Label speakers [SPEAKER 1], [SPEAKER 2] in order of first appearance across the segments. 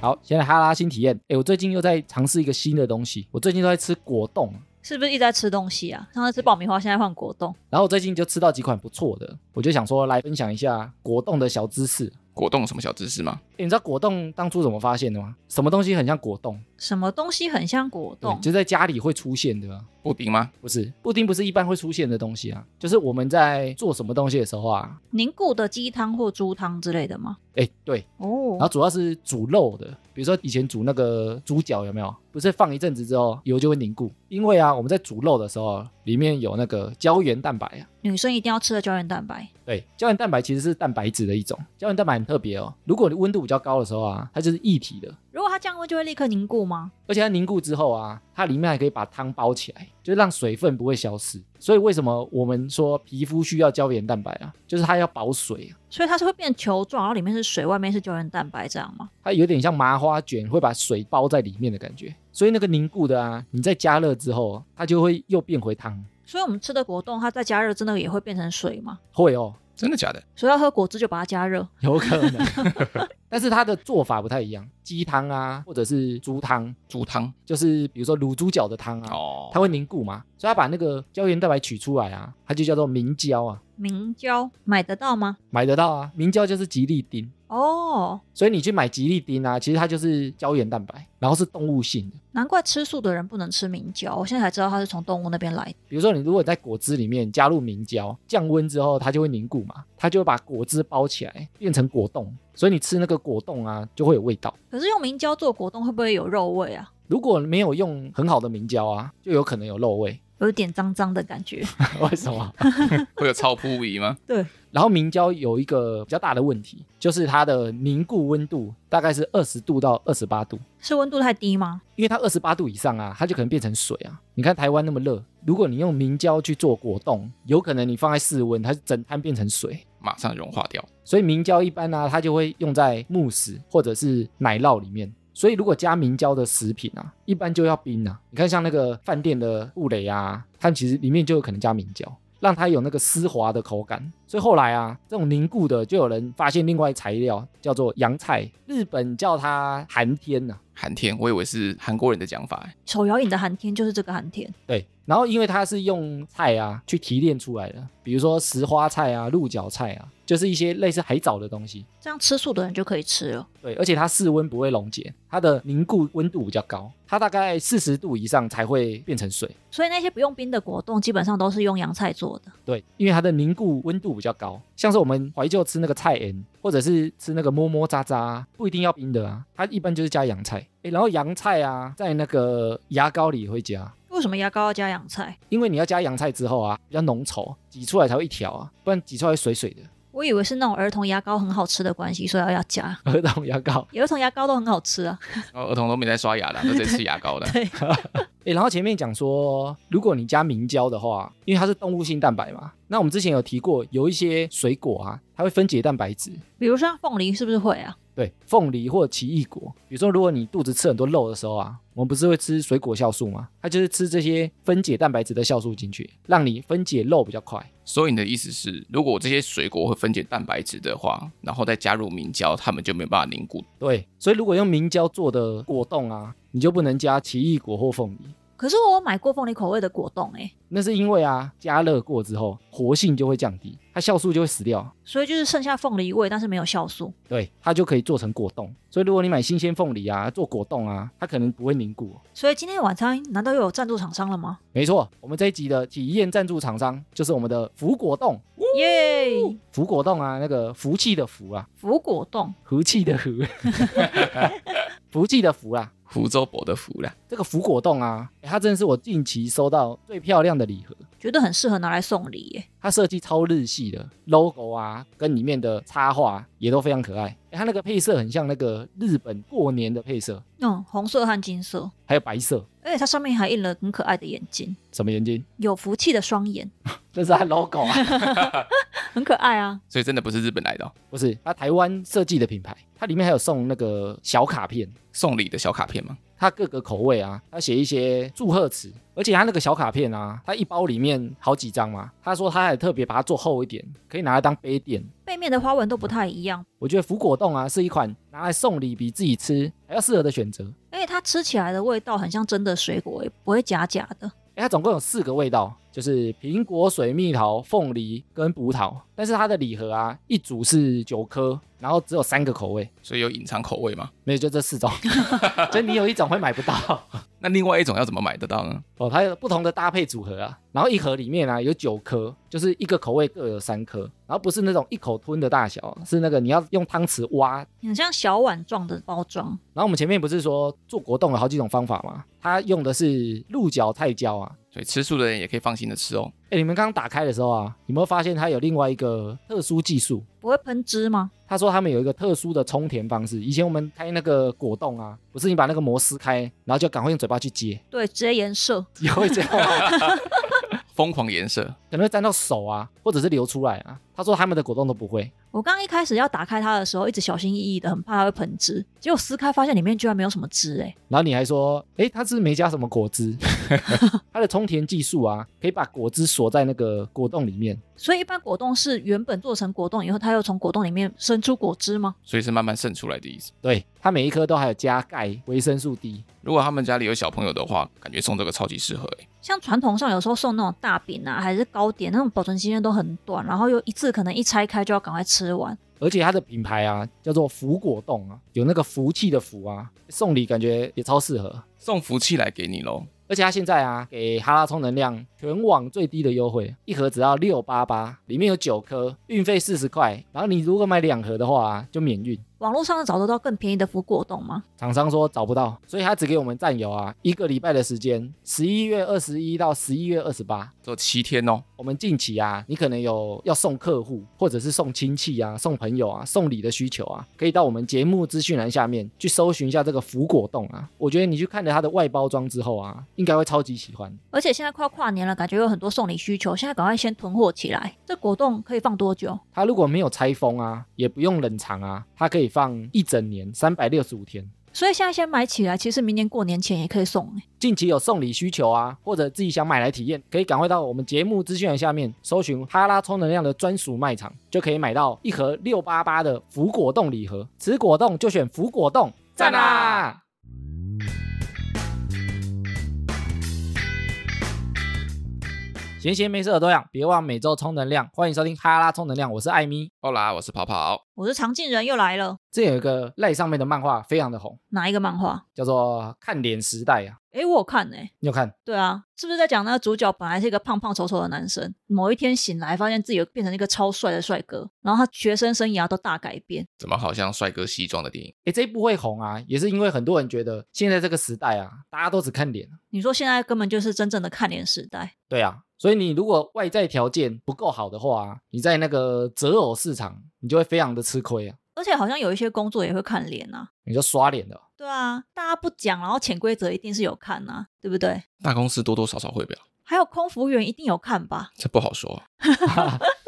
[SPEAKER 1] 好，现在哈拉新体验。哎，我最近又在尝试一个新的东西，我最近都在吃果冻，
[SPEAKER 2] 是不是一直在吃东西啊？上次吃爆米花，现在换果冻。
[SPEAKER 1] 然后我最近就吃到几款不错的，我就想说来分享一下果冻的小知识。
[SPEAKER 3] 果冻有什么小知识吗？
[SPEAKER 1] 诶你知道果冻当初怎么发现的吗？什么东西很像果冻？
[SPEAKER 2] 什么东西很像果
[SPEAKER 1] 对
[SPEAKER 2] 冻？
[SPEAKER 1] 就在家里会出现的啊。
[SPEAKER 3] 布丁吗？
[SPEAKER 1] 不是布丁，不是一般会出现的东西啊，就是我们在做什么东西的时候啊，
[SPEAKER 2] 凝固的鸡汤或猪汤之类的吗？
[SPEAKER 1] 哎，对，然后
[SPEAKER 2] 哦，
[SPEAKER 1] 主要是煮肉的，比如说以前煮那个猪脚有没有？不是放一阵子之后油就会凝固，因为啊我们在煮肉的时候啊里面有那个胶原蛋白啊。
[SPEAKER 2] 女生一定要吃的胶原蛋白。
[SPEAKER 1] 对，胶原蛋白其实是蛋白质的一种，胶原蛋白很特别哦。如果你温度比较高的时候啊，它就是液体的，
[SPEAKER 2] 如果它降温就会立刻凝固吗？
[SPEAKER 1] 而且它凝固之后啊，它里面还可以把汤包起来，就是让水分不会消失。所以为什么我们说皮肤需要胶原蛋白啊？就是它要保水、啊，
[SPEAKER 2] 所以它是会变球状，然后里面是水，外面是胶原蛋白，这样吗？
[SPEAKER 1] 它有点像麻花卷，会把水包在里面的感觉。所以那个凝固的啊，你在加热之后，啊它就会又变回汤。
[SPEAKER 2] 所以我们吃的果冻，它在加热真的也会变成水吗？
[SPEAKER 1] 会哦，
[SPEAKER 3] 真的假的？
[SPEAKER 2] 所以要喝果汁就把它加热。
[SPEAKER 1] 有可能，但是它的做法不太一样。鸡汤啊，或者是猪汤，
[SPEAKER 3] 猪汤
[SPEAKER 1] 就是比如说卤猪脚的汤啊，
[SPEAKER 3] 哦，
[SPEAKER 1] 它会凝固嘛，所以它把那个胶原蛋白取出来啊，它就叫做明胶啊，
[SPEAKER 2] 明胶买得到吗？
[SPEAKER 1] 买得到啊。明胶就是吉利丁，
[SPEAKER 2] 哦，
[SPEAKER 1] 所以你去买吉利丁啊，其实它就是胶原蛋白，然后是动物性的。
[SPEAKER 2] 难怪吃素的人不能吃明胶。我现在才知道它是从动物那边来的。
[SPEAKER 1] 比如说，你如果在果汁里面加入明胶，降温之后它就会凝固嘛，它就会把果汁包起来变成果冻，所以你吃那个果冻啊就会有味道。
[SPEAKER 2] 可是用明胶做果冻会不会有肉味啊？
[SPEAKER 1] 如果没有用很好的明胶啊，就有可能有肉味。
[SPEAKER 2] 有点脏脏的感觉。
[SPEAKER 1] 为什么？
[SPEAKER 3] 会有超扑鼻吗？
[SPEAKER 2] 对，
[SPEAKER 1] 然后明胶有一个比较大的问题，就是它的凝固温度大概是二十度到二十八度，
[SPEAKER 2] 是温度太低吗？
[SPEAKER 1] 因为它二十八度以上啊，它就可能变成水啊。你看台湾那么热，如果你用明胶去做果冻，有可能你放在室温，它是整摊变成水。
[SPEAKER 3] 马上融化掉。
[SPEAKER 1] 所以明胶一般呢、啊它就会用在慕斯或者是奶酪里面。所以如果加明胶的食品啊，一般就要冰啊。你看像那个饭店的布蕾啊，它其实里面就有可能加明胶，让它有那个丝滑的口感。所以后来啊，这种凝固的就有人发现另外材料叫做洋菜，日本叫它寒天啊呐、
[SPEAKER 3] 寒天，我以为是韩国人的讲法欸，
[SPEAKER 2] 手摇饮的寒天就是这个寒天，
[SPEAKER 1] 对，然后因为它是用菜啊去提炼出来的，比如说石花菜啊、鹿角菜啊，就是一些类似海藻的东西。
[SPEAKER 2] 这样吃素的人就可以吃了。
[SPEAKER 1] 对，而且它室温不会溶解，它的凝固温度比较高，它大概四十度以上才会变成水。
[SPEAKER 2] 所以那些不用冰的果冻，基本上都是用洋菜做的。
[SPEAKER 1] 对，因为它的凝固温度比较高，像是我们怀旧吃那个菜盐，或者是吃那个么么喳喳，不一定要冰的啊，它一般就是加洋菜。诶，然后洋菜啊，在那个牙膏里也会加，
[SPEAKER 2] 为什么牙膏要加洋菜？
[SPEAKER 1] 因为你要加洋菜之后啊，比较浓稠，挤出来才会一条啊，不然挤出来会水水的。
[SPEAKER 2] 我以为是那种儿童牙膏很好吃的关系，所以要要加。
[SPEAKER 1] 儿童牙膏，
[SPEAKER 2] 有儿童牙膏都很好吃啊，
[SPEAKER 3] 然哦后儿童都没在刷牙了，都在吃牙膏的。
[SPEAKER 2] 对，
[SPEAKER 1] 诶，然后前面讲说，如果你加明胶的话，因为它是动物性蛋白嘛，那我们之前有提过，有一些水果啊，它会分解蛋白质。
[SPEAKER 2] 比如说像凤梨是不是会啊？
[SPEAKER 1] 对，凤梨或奇异果，比如说，如果你肚子吃很多肉的时候啊，我们不是会吃水果酵素吗？它就是吃这些分解蛋白质的酵素进去，让你分解肉比较快。
[SPEAKER 3] 所以你的意思是，如果这些水果会分解蛋白质的话，然后再加入明胶，它们就没有办法凝固。
[SPEAKER 1] 对，所以如果用明胶做的果冻啊，你就不能加奇异果或凤梨，
[SPEAKER 2] 可是我有买过凤梨口味的果冻欸诶、
[SPEAKER 1] 那是因为啊，加热过之后活性就会降低，它酵素就会死掉。
[SPEAKER 2] 所以就是剩下凤梨味，但是没有酵素。
[SPEAKER 1] 对，它就可以做成果冻。所以如果你买新鲜凤梨啊，做果冻啊，它可能不会凝固哦。
[SPEAKER 2] 所以今天的晚餐难道又有赞助厂商了吗？
[SPEAKER 1] 没错，我们这一集的体验赞助厂商就是我们的福果冻。
[SPEAKER 2] 耶、
[SPEAKER 1] 福果冻啊，那个福气的福啊，
[SPEAKER 2] 福果冻，
[SPEAKER 1] 福气的福，福气的福啊。
[SPEAKER 3] 福州博的福啦，
[SPEAKER 1] 这个福果冻啊，诶它真的是我近期收到最漂亮的礼盒。
[SPEAKER 2] 觉得很适合拿来送礼耶、
[SPEAKER 1] 它设计超日系的 logo 啊，跟里面的插画啊也都非常可爱。诶它那个配色很像那个日本过年的配色，
[SPEAKER 2] 嗯，红色和金色，
[SPEAKER 1] 还有白色。
[SPEAKER 2] 而且它上面还印了很可爱的眼睛，
[SPEAKER 1] 什么眼睛？
[SPEAKER 2] 有福气的双眼，
[SPEAKER 1] 这是它 logo 啊。
[SPEAKER 2] 很可爱啊。
[SPEAKER 3] 所以真的不是日本来的哦、
[SPEAKER 1] 不是，它台湾设计的品牌，它里面还有送那个小卡片，
[SPEAKER 3] 送礼的小卡片吗？
[SPEAKER 1] 它各个口味啊，它写一些祝贺词，而且它那个小卡片啊，它一包里面好几张嘛。他说他还特别把它做厚一点，可以拿来当杯垫。
[SPEAKER 2] 背面的花纹都不太一样，
[SPEAKER 1] 我觉得福果冻啊是一款拿来送礼比自己吃还要适合的选择。
[SPEAKER 2] 而且它吃起来的味道很像真的水果，也不会假假的。
[SPEAKER 1] 哎，它总共有四个味道，就是苹果、水蜜桃、凤梨跟葡萄。但是它的礼盒啊，一组是九颗，然后只有三个口味，
[SPEAKER 3] 所以有隐藏口味吗？
[SPEAKER 1] 没有就这四种， 所以你有一种会买不到。
[SPEAKER 3] 那另外一种要怎么买得到呢？
[SPEAKER 1] 哦，它有不同的搭配组合啊，然后一盒里面啊有九颗，就是一个口味各有三颗，然后不是那种一口吞的大小，啊是那个你要用汤匙挖。
[SPEAKER 2] 很像小碗状的包装，
[SPEAKER 1] 然后我们前面不是说做果冻有好几种方法吗？它用的是鹿角菜椒啊。
[SPEAKER 3] 所以吃素的人也可以放心的吃哦。
[SPEAKER 1] 哎，你们刚刚打开的时候啊，有没有发现它有另外一个特殊技术？
[SPEAKER 2] 不会喷汁吗？
[SPEAKER 1] 他说他们有一个特殊的冲甜方式。以前我们开那个果冻啊，不是你把那个膜撕开，然后就赶快用嘴巴去接，
[SPEAKER 2] 对，直接颜色。
[SPEAKER 1] 也会这样吗，
[SPEAKER 3] 疯狂颜色，
[SPEAKER 1] 可能会沾到手啊，或者是流出来啊。他说他们的果冻都不会。
[SPEAKER 2] 我刚刚一开始要打开它的时候，一直小心翼翼的，很怕它会喷汁。结果撕开发现里面居然没有什么汁、欸，哎，
[SPEAKER 1] 然后你还说，诶，它是没加什么果汁，它的冲甜技术啊，可以把果汁锁在那个果冻里面。
[SPEAKER 2] 所以一般果冻是原本做成果冻以后，它又从果冻里面生出果汁吗？
[SPEAKER 3] 所以是慢慢渗出来的意思。
[SPEAKER 1] 对，它每一颗都还有加钙、维生素 D。
[SPEAKER 3] 如果他们家里有小朋友的话，感觉送这个超级适合诶。
[SPEAKER 2] 像传统上有时候送那种大饼啊，还是糕点，那种保存期间都很短，然后又一次可能一拆开就要赶快吃完。
[SPEAKER 1] 而且它的品牌啊，叫做福果冻啊，有那个福气的福啊，送礼感觉也超适合。
[SPEAKER 3] 送福气来给你喽。
[SPEAKER 1] 而且它现在啊，给哈拉充能量全网最低的优惠，一盒只要六八八，里面有九颗，运费四十块。然后你如果买两盒的话、啊，就免运。
[SPEAKER 2] 网络上找得到更便宜的福果冻吗？
[SPEAKER 1] 厂商说找不到，所以他只给我们占有啊一个礼拜的时间，十一月二十一到十一月二十八。
[SPEAKER 3] 只有七天哦，
[SPEAKER 1] 我们近期啊，你可能有要送客户，或者是送亲戚啊、送朋友啊、送礼的需求啊，可以到我们节目资讯栏下面去搜寻一下这个福果冻啊。我觉得你去看了它的外包装之后啊，应该会超级喜欢。
[SPEAKER 2] 而且现在快要跨年了，感觉有很多送礼需求，现在赶快先囤货起来。这果冻可以放多久？
[SPEAKER 1] 它如果没有拆封啊，也不用冷藏啊，它可以放一整年，三百六十五天。
[SPEAKER 2] 所以现在先买起来，其实明年过年前也可以送、欸。
[SPEAKER 1] 近期有送礼需求啊，或者自己想买来体验，可以赶快到我们节目资讯栏下面搜寻哈拉充能量的专属卖场，就可以买到一盒六八八的福果冻礼盒。吃果冻就选福果冻，赞啦！闲闲没事的多样，别忘每周充能量。欢迎收听哈拉充能量，我是艾米。
[SPEAKER 3] 好啦，我是跑跑，
[SPEAKER 2] 我是常进人又来了，
[SPEAKER 1] 这有一个赖上面的漫画非常的红，
[SPEAKER 2] 哪一个漫画？
[SPEAKER 1] 叫做《看脸时代》啊，
[SPEAKER 2] 诶，我有看诶、
[SPEAKER 1] 你有看？
[SPEAKER 2] 对啊，是不是在讲那个主角本来是一个胖胖丑丑的男生，某一天醒来发现自己有变成一个超帅的帅哥，然后他学生生涯都大改变。
[SPEAKER 3] 怎么好像帅哥西装的电影？
[SPEAKER 1] 诶，这一部会红啊，也是因为很多人觉得现在这个时代啊，大家都只看脸。
[SPEAKER 2] 你说现在根本就是真正的看脸时代，
[SPEAKER 1] 对啊，所以你如果外在条件不够好的话啊，你在那个择偶市场，你就会非常的吃亏啊。
[SPEAKER 2] 而且好像有一些工作也会看脸啊。
[SPEAKER 1] 你就刷脸的，
[SPEAKER 2] 对啊，大家不讲，然后潜规则一定是有看啊，对不对？
[SPEAKER 3] 大公司多多少少会表，
[SPEAKER 2] 还有空服员一定有看吧？
[SPEAKER 3] 这不好说。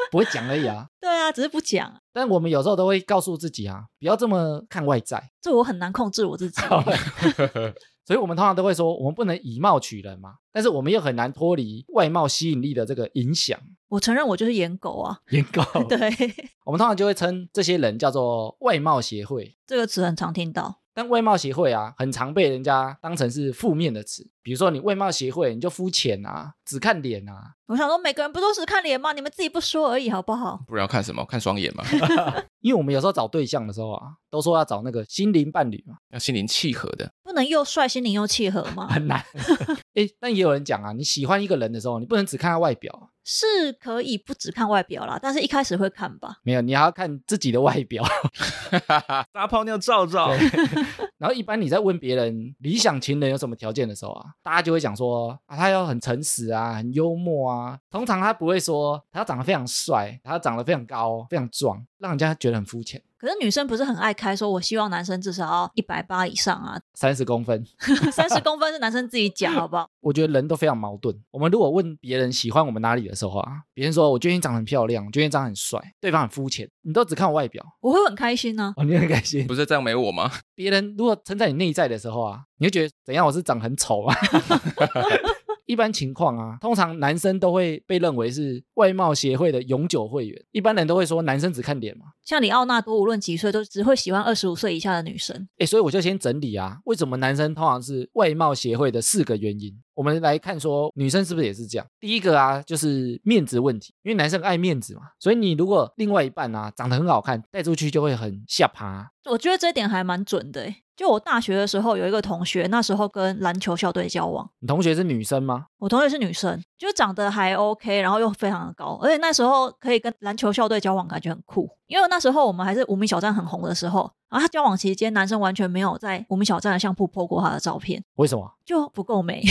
[SPEAKER 1] 不会讲而已啊。
[SPEAKER 2] 对啊，只是不讲，
[SPEAKER 1] 但我们有时候都会告诉自己啊，不要这么看外在。
[SPEAKER 2] 这我很难控制我自己。
[SPEAKER 1] 所以我们通常都会说，我们不能以貌取人嘛，但是我们又很难脱离外貌吸引力的这个影响。
[SPEAKER 2] 我承认我就是颜狗啊，
[SPEAKER 1] 严格，
[SPEAKER 2] 对
[SPEAKER 1] 我们通常就会称这些人叫做外貌协会。
[SPEAKER 2] 这个词很常听到。
[SPEAKER 1] 但外貌协会啊，很常被人家当成是负面的词，比如说你外貌协会，你就肤浅啊，只看脸啊，
[SPEAKER 2] 我想说，每个人不都是看脸吗？你们自己不说而已，好不好？
[SPEAKER 3] 不然要看什么？看双眼嘛，
[SPEAKER 1] 因为我们有时候找对象的时候啊，都说要找那个心灵伴侣嘛，
[SPEAKER 3] 要心灵契合的。
[SPEAKER 2] 不能又帅，心灵又契合吗？
[SPEAKER 1] 很难。诶，但也有人讲啊，你喜欢一个人的时候，你不能只看他外表，
[SPEAKER 2] 是可以不只看外表啦，但是一开始会看吧。
[SPEAKER 1] 没有，你还要看自己的外表。
[SPEAKER 3] 撒泡尿照照
[SPEAKER 1] 然后一般你在问别人理想情人有什么条件的时候啊，大家就会讲说啊，他要很诚实啊，很幽默啊。通常他不会说他要长得非常帅，他要长得非常高、非常壮，让人家觉得很肤浅。
[SPEAKER 2] 可是女生不是很爱开说，我希望男生至少要一百八以上啊，
[SPEAKER 1] 三十公分。
[SPEAKER 2] 三十公分是男生自己讲好不好？
[SPEAKER 1] 我觉得人都非常矛盾。我们如果问别人喜欢我们哪里的时候啊，别人说我觉得你长得很漂亮，我觉得你长得很帅，对方很肤浅，你都只看我外表，
[SPEAKER 2] 我会很开心啊呢、
[SPEAKER 1] 哦，你很开心。
[SPEAKER 3] 不是这样没我吗？
[SPEAKER 1] 别人如果称赞你内在的时候啊，你会觉得怎样？我是长很丑啊。 一般情况啊，通常男生都会被认为是外貌协会的永久会员。一般人都会说男生只看脸嘛。
[SPEAKER 2] 像里奥纳多，无论几岁，都只会喜欢二十五岁以下的女生。
[SPEAKER 1] 诶，所以我就先整理啊，为什么男生通常是外貌协会的四个原因？我们来看说女生是不是也是这样？第一个啊，就是面子问题，因为男生爱面子嘛，所以你如果另外一半啊长得很好看，带出去就会很下爬、
[SPEAKER 2] 我觉得这一点还蛮准的欸。就我大学的时候，有一个同学，那时候跟篮球校队交往。
[SPEAKER 1] 你同学是女生吗？
[SPEAKER 2] 我同学是女生，就长得还 OK，然后又非常的高，而且那时候可以跟篮球校队交往，感觉很酷。因为那时候我们还是无名小站很红的时候，然后他交往期间，男生完全没有在无名小站的相扑 po 过他的照片，
[SPEAKER 1] 为什么？
[SPEAKER 2] 就不够美。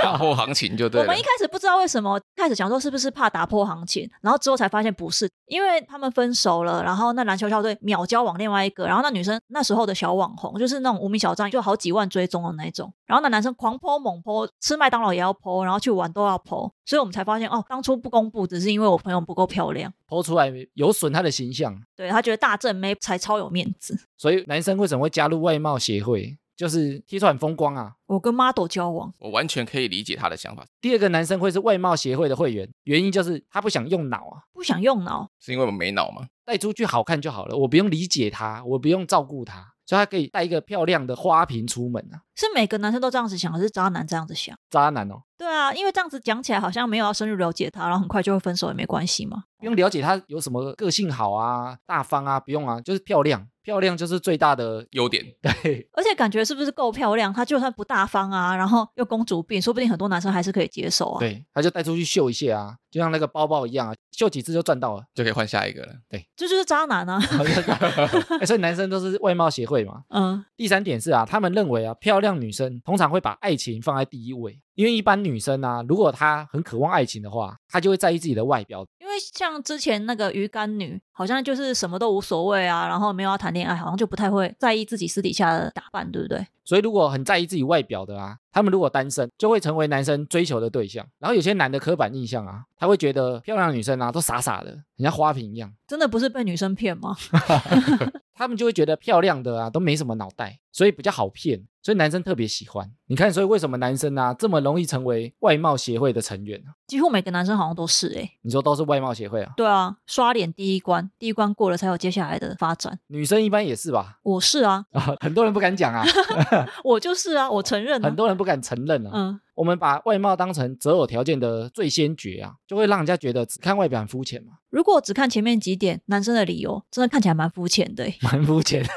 [SPEAKER 3] 打破行情就对
[SPEAKER 2] 我
[SPEAKER 3] 了
[SPEAKER 2] 们一。开始不知道为什么，开始想说是不是怕打破行情，然后之后才发现不是，因为他们分手了，然后那篮球校队秒交往另外一个，然后那女生那时候的小网红，就是那种无名小站就好几万追踪的那一种，然后那男生狂泼猛泼，吃麦当劳也要泼，然后去玩都要泼，所以我们才发现哦，当初不公布只是因为我朋友不够漂亮，
[SPEAKER 1] 剖出来有损她的形象，
[SPEAKER 2] 对他觉得大正妹才超有面子。
[SPEAKER 1] 所以男生为什么会加入外貌协会？就是踢出来很风光啊。
[SPEAKER 2] 我跟 model 交往，
[SPEAKER 3] 我完全可以理解他的想法，
[SPEAKER 1] 第二个男生会是外貌协会的会员，原因就是他不想用脑啊，
[SPEAKER 2] 不想用脑，
[SPEAKER 3] 是因为我没脑吗？
[SPEAKER 1] 带出去好看就好了，我不用理解他，我不用照顾他，所以他可以带一个漂亮的花瓶出门啊。
[SPEAKER 2] 是每个男生都这样子想，还是渣男这样子想？
[SPEAKER 1] 渣男哦，
[SPEAKER 2] 对啊，因为这样子讲起来好像没有要深入了解他，然后很快就会分手也没关系嘛。
[SPEAKER 1] 不用了解他有什么个性好啊、大方啊，不用啊，就是漂亮，漂亮就是最大的
[SPEAKER 3] 优点，
[SPEAKER 1] 对。
[SPEAKER 2] 而且感觉是不是够漂亮？她就算不大方啊，然后又公主病，说不定很多男生还是可以接受啊。
[SPEAKER 1] 对，他就带出去秀一下啊，就像那个包包一样啊，秀几次就赚到了。
[SPEAKER 3] 就可以换下一个了。
[SPEAKER 2] 这就是渣男啊。
[SPEAKER 1] 欸所以男生都是外貌协会嘛。
[SPEAKER 2] 嗯，
[SPEAKER 1] 第三点是啊，他们认为啊，漂亮女生通常会把爱情放在第一位，因为一般女生啊，如果她很渴望爱情的话，她就会在意自己的外表。
[SPEAKER 2] 因为像之前那个鱼竿女，好像就是什么都无所谓啊，然后没有要谈恋爱，好像就不太会在意自己私底下的打扮，对不对？
[SPEAKER 1] 所以，如果很在意自己外表的啊，他们如果单身，就会成为男生追求的对象。然后有些男的刻板印象啊，他会觉得漂亮女生啊都傻傻的，很像花瓶一样。
[SPEAKER 2] 真的不是被女生骗吗？
[SPEAKER 1] 他们就会觉得漂亮的啊都没什么脑袋，所以比较好骗，所以男生特别喜欢。你看，所以为什么男生啊这么容易成为外貌协会的成员呢？
[SPEAKER 2] 几乎每个男生好像都是哎、
[SPEAKER 1] 你说都是外貌协会啊？
[SPEAKER 2] 对啊，刷脸第一关，第一关过了才有接下来的发展。
[SPEAKER 1] 女生一般也是吧？
[SPEAKER 2] 我是啊，
[SPEAKER 1] 啊，很多人不敢讲啊，
[SPEAKER 2] 我就是啊，我承认、啊。
[SPEAKER 1] 很多人不敢承认啊。
[SPEAKER 2] 嗯，
[SPEAKER 1] 我们把外貌当成择偶条件的最先决啊，就会让人家觉得只看外表很肤浅嘛，
[SPEAKER 2] 如果只看前面几点，男生的理由真的看起来蛮肤浅的欸。
[SPEAKER 1] 蛮肤浅的。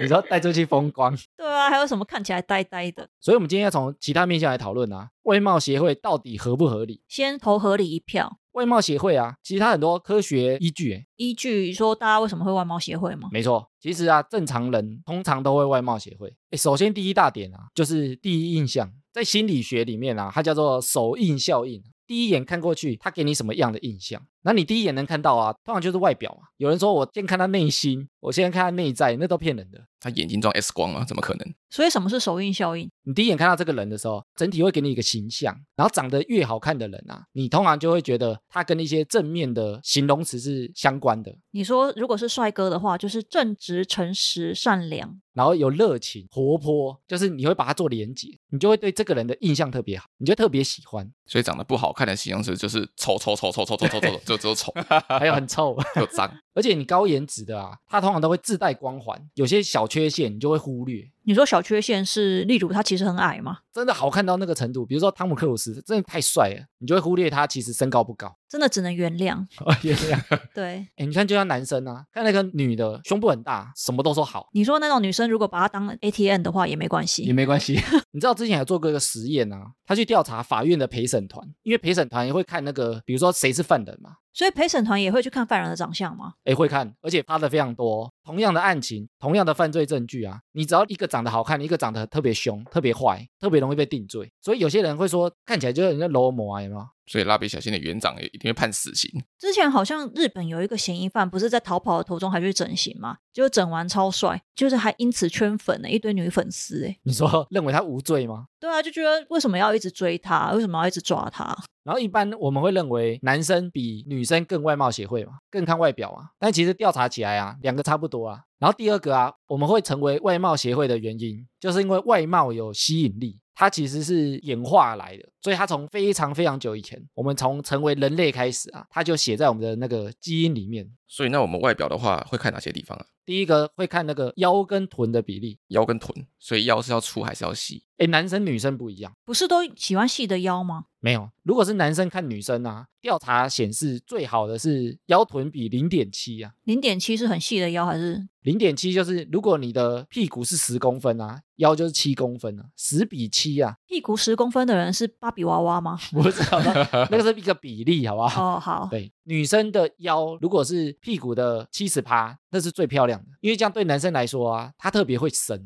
[SPEAKER 1] 你说带出去风光，
[SPEAKER 2] 对啊，还有什么看起来呆呆的？
[SPEAKER 1] 所以我们今天要从其他面向来讨论啊，外貌协会到底合不合理？
[SPEAKER 2] 先投合理一票，
[SPEAKER 1] 外貌协会啊，其实它很多科学依据、欸，
[SPEAKER 2] 依据说大家为什么会外貌协会吗？
[SPEAKER 1] 没错，其实啊，正常人通常都会外貌协会。诶，首先第一大点啊，就是第一印象，在心理学里面啊，它叫做首印效应。啊第一眼看过去，它给你什么样的印象？那你第一眼能看到啊，通常就是外表啊。有人说我先看他内心，我先看他内在，那都骗人的。
[SPEAKER 3] 他眼睛装 X 光吗？怎么可能？
[SPEAKER 2] 所以什么是首映效应？
[SPEAKER 1] 你第一眼看到这个人的时候，整体会给你一个形象，然后长得越好看的人啊，你通常就会觉得他跟一些正面的形容词是相关的，
[SPEAKER 2] 你说如果是帅哥的话，就是正直、诚实、善良。
[SPEAKER 1] 然后有热情、活泼，就是你会把它做连结，你就会对这个人的印象特别好，你就特别喜 欢，
[SPEAKER 3] 所以长得不好看的形容词就是丑丑丑丑丑丑丑丑，就只有丑
[SPEAKER 1] 还有很臭。
[SPEAKER 3] 又脏。
[SPEAKER 1] 而且你高颜值的啊，他通常都会自带光环，有些小缺陷你就会忽略。
[SPEAKER 2] 你说小缺陷是，例如他其实很矮嘛，
[SPEAKER 1] 真的好看到那个程度，比如说汤姆克鲁斯真的太帅了，你就会忽略他其实身高不高。
[SPEAKER 2] 真的只能哦原谅。
[SPEAKER 1] 也这样，
[SPEAKER 2] 对，
[SPEAKER 1] 哎，你看就像男生啊，看那个女的胸部很大，什么都说好。
[SPEAKER 2] 你说那种女生如果把她当 ATM 的话也没关
[SPEAKER 1] 也
[SPEAKER 2] 系。
[SPEAKER 1] 没关系。你知道之前有做过一个实验啊，他去调查法院的陪审团，因为陪审团也会看那个，比如说谁是犯人嘛，
[SPEAKER 2] 所以陪审团也会去看犯人的长相吗？
[SPEAKER 1] 哎，会看，而且趴的非常多哦，同样的案情，同样的犯罪证据啊，你只要一个长得好看，一个长得特别凶、特别坏，特别容易被定罪。所以有些人会说，看起来就是人家罗摩啊，有没有？
[SPEAKER 3] 所以蜡笔小新的园长也一定会判死刑。
[SPEAKER 2] 之前好像日本有一个嫌疑犯，不是在逃跑的途中还去整形嘛？就整完超帅，就是还因此圈粉了一堆女粉丝哎、
[SPEAKER 1] 你说 认为他无罪吗？
[SPEAKER 2] 对啊，就觉得为什么要一直追他？为什么要一直抓他？
[SPEAKER 1] 然后一般我们会认为男生比女生更外貌协会嘛，更看外表嘛。但其实调查起来啊，两个差不多啊。然后第二个啊，我们会成为外貌协会的原因，就是因为外貌有吸引力，它其实是演化来的，所以它从非常非常久以前，我们从成为人类开始啊，它就写在我们的那个基因里面。
[SPEAKER 3] 所以那我们外表的话会看哪些地方啊？
[SPEAKER 1] 第一个会看那个腰跟臀的比例，
[SPEAKER 3] 腰跟臀，所以腰是要粗还是要细？
[SPEAKER 1] 诶，男生女生不一样。
[SPEAKER 2] 不是都喜欢细的腰吗？
[SPEAKER 1] 没有，如果是男生看女生啊，调查显示最好的是腰臀比零点七啊，
[SPEAKER 2] 零点七是很细的腰还是？
[SPEAKER 1] 零点七就是如果你的屁股是十公分啊，腰就是七公分啊，十比七啊，
[SPEAKER 2] 屁股十公分的人是芭比娃娃吗？
[SPEAKER 1] 不是好吧？那个是一个比例，好不好？
[SPEAKER 2] 哦，好，
[SPEAKER 1] 对，女生的腰如果是屁股的七十趴，那是最漂亮的，因为这样对男生来说啊，他特别会生，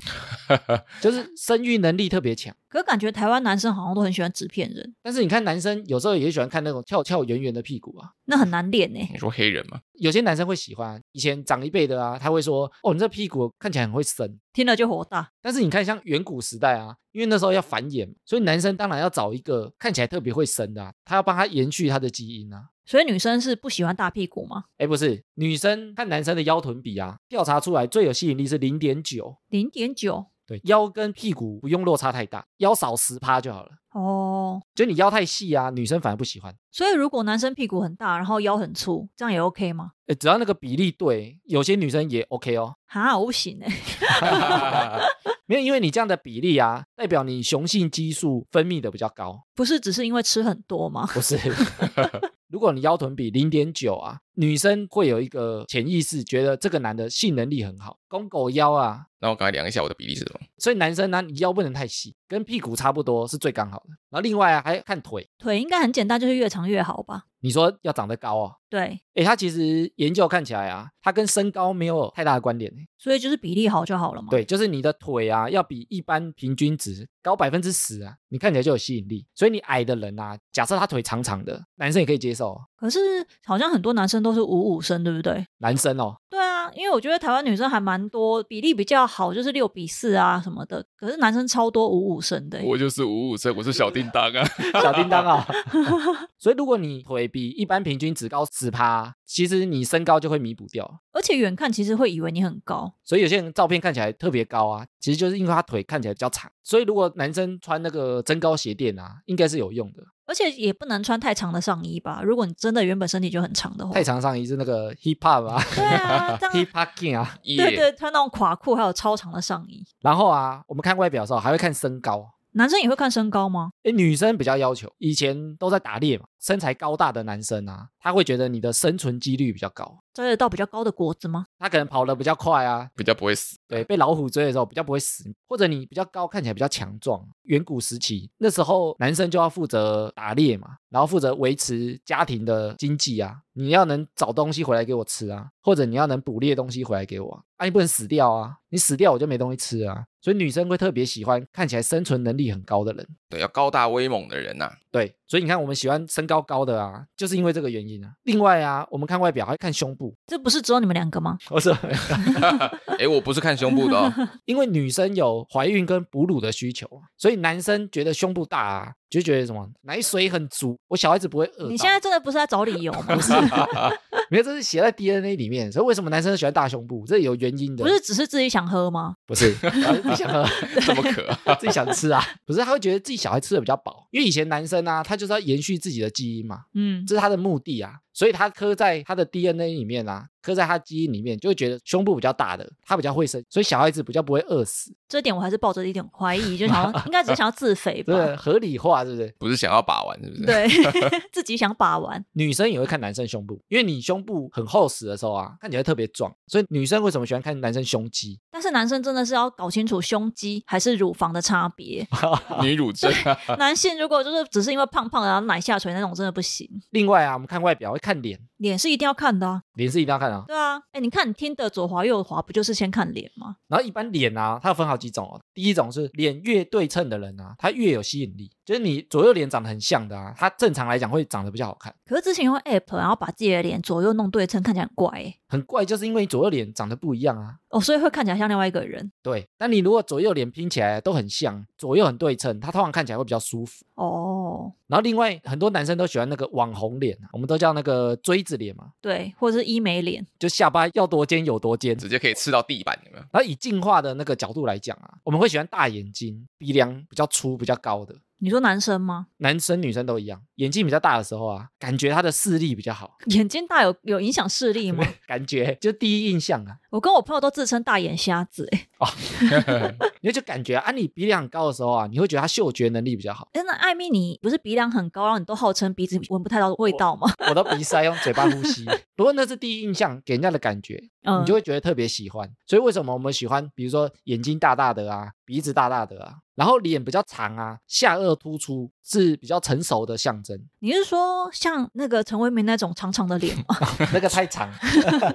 [SPEAKER 1] 就是生育能力特别强。
[SPEAKER 2] 可感觉台湾男生好像都很喜欢纸片人，
[SPEAKER 1] 但是你看男生有时候也喜欢看那种翘翘圆圆的屁股啊，
[SPEAKER 2] 那很难练呢、欸
[SPEAKER 3] 你说黑人 嘛，
[SPEAKER 1] 有些男生会喜欢。以前长一辈的啊，他会说：“哦，你这屁股看起来很会生。”
[SPEAKER 2] 听了就火大。
[SPEAKER 1] 但是你看，像远古时代啊，因为那时候要繁衍，所以男生当然要找一个看起来特别会生的、啊，他要帮他延续他的基因啊。
[SPEAKER 2] 所以女生是不喜欢大屁股吗？
[SPEAKER 1] 哎，不是，女生和男生的腰臀比啊，调查出来最有吸引力是零点九，
[SPEAKER 2] 零点九
[SPEAKER 1] 对，腰跟屁股不用落差太大，腰少十趴就好了。
[SPEAKER 2] 哦。
[SPEAKER 1] 就你腰太细啊，女生反而不喜欢。
[SPEAKER 2] 所以如果男生屁股很大，然后腰很粗，这样也 OK 吗？
[SPEAKER 1] 哎，只要那个比例对，有些女生也 OK 哦。
[SPEAKER 2] 哈，我不行哎、
[SPEAKER 1] 没有，因为你这样的比例啊，代表你雄性激素分泌的比较高，
[SPEAKER 2] 不是只是因为吃很多吗？
[SPEAKER 1] 不是。 如果你腰臀比零点九啊，女生会有一个潜意识觉得这个男的性能力很好，公狗腰啊，
[SPEAKER 3] 那我刚才量一下我的比例是什么？
[SPEAKER 1] 所以男生呢、你腰不能太细，跟屁股差不多是最刚好的。然后另外啊，还看腿，
[SPEAKER 2] 腿应该很简单，就是越长越好吧？
[SPEAKER 1] 你说要长得高哦，
[SPEAKER 2] 对，
[SPEAKER 1] 诶，它其实研究看起来啊，它跟身高没有太大的关联。
[SPEAKER 2] 所以就是比例好就好了嘛。，
[SPEAKER 1] 对，就是你的腿啊，要比一般平均值高百分之十啊，你看起来就有吸引力。所以你矮的人啊，假设他腿长长的，男生也可以接受哦，
[SPEAKER 2] 可是好像很多男生都是五五身，对不对？
[SPEAKER 1] 男生哦，
[SPEAKER 2] 对啊，因为我觉得台湾女生还蛮多比例比较好，就是六比四啊什么的。可是男生超多五五身的欸、
[SPEAKER 3] 我就是五五身，我是小叮当啊。
[SPEAKER 1] 小叮当啊、 所以如果你腿比一般平均值高十趴，其实你身高就会弥补掉。
[SPEAKER 2] 而且远看其实会以为你很高。
[SPEAKER 1] 所以有些人照片看起来特别高啊，其实就是因为他腿看起来比较长。所以如果男生穿那个增高鞋垫啊，应该是有用的。
[SPEAKER 2] 而且也不能穿太长的上衣吧？如果你真的原本身体就很长的话，
[SPEAKER 1] 太长上衣是那个 hip hop 啊
[SPEAKER 2] 对啊，这
[SPEAKER 1] ，hip
[SPEAKER 2] 样
[SPEAKER 1] hop king 啊。
[SPEAKER 2] 对
[SPEAKER 3] 耶
[SPEAKER 2] 对，穿那种垮裤还有超长的上衣。
[SPEAKER 1] 然后啊，我们看外表的时候还会看身高。啊
[SPEAKER 2] 男生也会看身高吗？
[SPEAKER 1] 诶，女生比较要求，以前都在打猎嘛，身材高大的男生啊，他会觉得你的生存几率比较高，
[SPEAKER 2] 摘得到比较高的果子吗？
[SPEAKER 1] 他可能跑得比较快啊，
[SPEAKER 3] 比较不会死。
[SPEAKER 1] 对，被老虎追的时候比较不会死，或者你比较高，看起来比较强壮。远古时期那时候，男生就要负责打猎嘛，然后负责维持家庭的经济啊。你要能找东西回来给我吃啊，或者你要能捕猎东西回来给我啊，啊你不能死掉啊，你死掉我就没东西吃啊。所以女生会特别喜欢看起来生存能力很高的人。
[SPEAKER 3] 对，要高大威猛的人呐、
[SPEAKER 1] 对，所以你看，我们喜欢身高高的啊，就是因为这个原因啊。另外啊，我们看外表还看胸部，
[SPEAKER 2] 这不是只有你们两个吗？
[SPEAKER 1] 我说，
[SPEAKER 3] 啊。哎，我不是看胸部的哦，
[SPEAKER 1] 因为女生有怀孕跟哺乳的需求啊，所以男生觉得胸部大啊，就觉得什么奶水很足，我小孩子不会饿到。
[SPEAKER 2] 你现在真的不是在找 理由吗？
[SPEAKER 1] 没有，这是写在 DNA 里面，所以为什么男生喜欢大胸部，这有原因的。
[SPEAKER 2] 不是只是自己想喝吗？
[SPEAKER 1] 不是，不是自己想喝，
[SPEAKER 3] 这么渴、
[SPEAKER 1] 自己想吃啊，不是他会觉得自己小孩吃的比较饱，因为以前男生啊，他就是要延续自己的基因嘛，
[SPEAKER 2] 嗯，
[SPEAKER 1] 这是他的目的啊，所以他刻在他的 DNA 里面啊，刻在他基因里面，就会觉得胸部比较大的他比较会生，所以小孩子比较不会饿死，
[SPEAKER 2] 这点我还是抱着一点怀疑，就想 要应该只是想要自肥
[SPEAKER 1] 这个
[SPEAKER 2] 吧。
[SPEAKER 1] 合理化，对不对？
[SPEAKER 3] 不是想要把玩是不是？，
[SPEAKER 2] 对， 自己想把玩，
[SPEAKER 1] 女生也会看男生胸部，因为你胸部很厚实的时候啊，看起来特别壮，所以女生为什么喜欢看男生胸肌？
[SPEAKER 2] 但是男生真的是要搞清楚胸肌还是乳房的差 别。
[SPEAKER 3] 女乳症、啊。
[SPEAKER 2] 男性如果就是只是因为胖胖的然后奶下垂那种，真的不行。
[SPEAKER 1] 另外啊，我们看外表会看脸，
[SPEAKER 2] 脸是一定要看的啊。
[SPEAKER 1] 脸是一定要看啊。
[SPEAKER 2] 对啊，哎，你看你听的左滑右滑，不就是先看脸吗？
[SPEAKER 1] 然后一般脸啊，它有分好几种哦。第一种是脸越对称的人啊，他越有吸引力，就是你左右脸长得很像的啊，他正常来讲会长得比较好看。
[SPEAKER 2] 可是之前用 app，然后把自己的脸左右弄对称，看起来很怪哎。
[SPEAKER 1] 很怪，就是因为你左右脸长得不一样啊。
[SPEAKER 2] 哦，所以会看起来像另外一个人
[SPEAKER 1] 对，但你如果左右脸拼起来都很像，左右很对称，它通常看起来会比较舒服。
[SPEAKER 2] 哦。
[SPEAKER 1] 然后另外很多男生都喜欢那个网红脸啊，我们都叫那个锥子脸嘛，
[SPEAKER 2] 对，或者是医美脸，
[SPEAKER 1] 就下巴要多尖有多尖。
[SPEAKER 3] 直接可以吃到地板，有没有？
[SPEAKER 1] 然后以进化的那个角度来讲啊，我们会喜欢大眼睛、鼻梁比较粗、比较高的。
[SPEAKER 2] 你说男生吗？
[SPEAKER 1] 男生女生都一样，眼睛比较大的时候啊，感觉他的视力比较 好，
[SPEAKER 2] 眼睛大有有影响视力吗？
[SPEAKER 1] 感觉就第一印象啊，
[SPEAKER 2] 我跟我朋友都自称大眼瞎子哎。
[SPEAKER 1] 你就感觉啊，你鼻梁很高的时候啊，你会觉得他嗅觉能力比较好。
[SPEAKER 2] 哎，那艾米，你不是鼻梁很高，然后你都号称鼻子闻不太到味道吗？
[SPEAKER 1] 我的鼻塞用嘴巴呼吸，如果那是第一印象给人家的感觉，
[SPEAKER 2] 嗯
[SPEAKER 1] 你就会觉得特别喜欢。所以为什么我们喜欢，比如说眼睛大大的啊，鼻子大大的啊，然后脸比较长啊，下颚突出是比较成熟的象征。
[SPEAKER 2] 你是说像那个陈为民那种长长的脸吗？
[SPEAKER 1] 那个太长，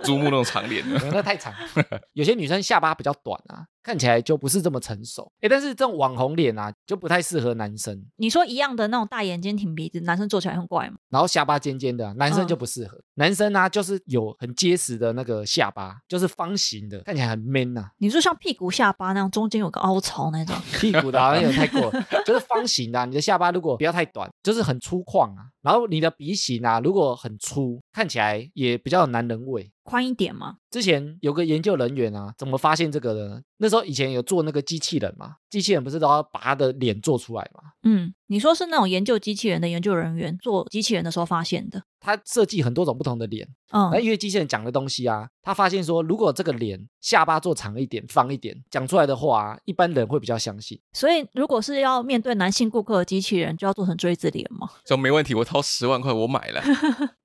[SPEAKER 3] 珠穆那种长脸的，
[SPEAKER 1] 那个太长。有些女生下巴比较短啊，看起来就不是这么成熟。哎，但是这种网红脸啊，就不太适合男生。
[SPEAKER 2] 你说一样的那种大眼睛挺鼻子，男生做起来很怪吗？
[SPEAKER 1] 然后下巴尖尖的啊、男生就不适合。男生呢、就是有很结实的那个下巴，就是方形的，看起来很 man 呐、
[SPEAKER 2] 你说像屁股下巴那样中间有个凹槽那种，
[SPEAKER 1] 屁股的好像有太过了，就是方形的啊、你的下巴如果不要太短，就是很粗犷啊。然后你的鼻型啊，如果很粗，看起来也比较有男人味。
[SPEAKER 2] 宽一点嘛？
[SPEAKER 1] 之前有个研究人员啊，怎么发现这个的呢？那时候以前有做那个机器人嘛，机器人不是都要把他的脸做出来嘛？
[SPEAKER 2] 嗯，你说是那种研究机器人的研究人员做机器人的时候发现的。
[SPEAKER 1] 他设计很多种不同的脸，
[SPEAKER 2] 嗯
[SPEAKER 1] 那，因为机器人讲的东西啊，他发现说，如果这个脸下巴做长一点、方一点，讲出来的话、啊，一般人会比较相信。
[SPEAKER 2] 所以如果是要面对男性顾客的机器人，就要做成锥子脸嘛？
[SPEAKER 3] 说没问题，我掏十万块我买了，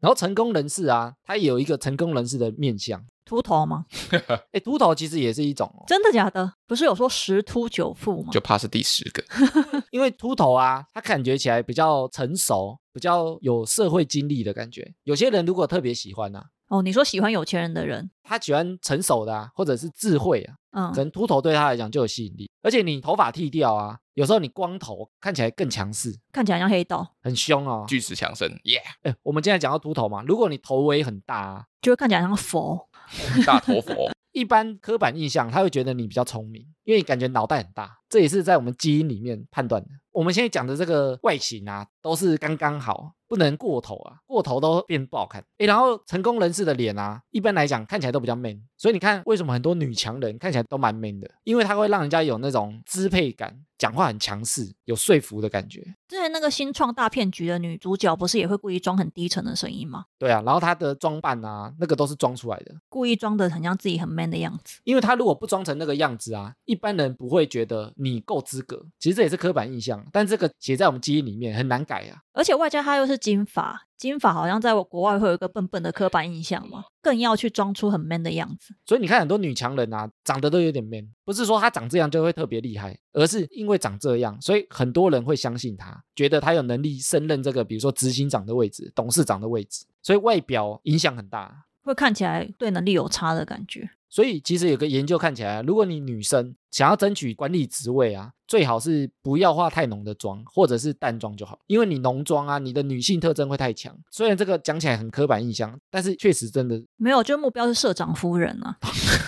[SPEAKER 1] 然后成功人士啊，他也有一个成功人士的面相。
[SPEAKER 2] 秃头吗？
[SPEAKER 1] 哎，秃头其实也是一种、哦，
[SPEAKER 2] 真的假的？不是有说十秃九富吗
[SPEAKER 3] 就？怕是第十个。
[SPEAKER 1] 因为秃头啊，他感觉起来比较成熟，比较有社会经历的感觉。有些人如果特别喜欢啊，
[SPEAKER 2] 哦，你说喜欢有钱人的人，
[SPEAKER 1] 他喜欢成熟的啊，或者是智慧啊，
[SPEAKER 2] 嗯
[SPEAKER 1] 可，能秃头对他来讲就有吸引力。而且你头发剃掉啊，有时候你光头看起来更强势，
[SPEAKER 2] 看起来像黑道，
[SPEAKER 1] 很凶哦。
[SPEAKER 3] 巨石强森，耶、
[SPEAKER 1] 哎，我们现在讲到秃头嘛，如果你头围很大、啊，
[SPEAKER 2] 就会看起来像佛。
[SPEAKER 3] 大头佛，
[SPEAKER 1] 一般刻板印象，他会觉得你比较聪明，因为你感觉脑袋很大，这也是在我们基因里面判断的。我们现在讲的这个外形啊，都是刚刚好，不能过头啊，过头都变不好看。诶，然后成功人士的脸啊，一般来讲看起来都比较 man，所以你看为什么很多女强人看起来都蛮 man 的，因为她会让人家有那种支配感，讲话很强势，有说服的感觉。
[SPEAKER 2] 之前那个新创大骗局的女主角不是也会故意装很低沉的声音吗？
[SPEAKER 1] 对啊，然后她的装扮啊，那个都是装出来的，
[SPEAKER 2] 故意装的很像自己很 man 的样子。
[SPEAKER 1] 因为他如果不装成那个样子啊，一般人不会觉得你够资格。其实这也是刻板印象，但这个写在我们基因里面很难改啊。
[SPEAKER 2] 而且外加她又是金发，金发好像在我国外会有一个笨笨的刻板印象嘛，更要去装出很 man 的样子。
[SPEAKER 1] 所以你看很多女强人啊，长得都有点 man，不是说她长这样就会特别厉害，而是因为长这样，所以很多人会相信她，觉得她有能力胜任这个，比如说执行长的位置、董事长的位置，所以外表影响很大。
[SPEAKER 2] 会看起来对能力有差的感觉，
[SPEAKER 1] 所以其实有个研究看起来啊，如果你女生想要争取管理职位啊，最好是不要化太浓的妆，或者是淡妆就好，因为你浓妆啊，你的女性特征会太强。虽然这个讲起来很刻板印象，但是确实真的
[SPEAKER 2] 没有，就目标是社长夫人啊，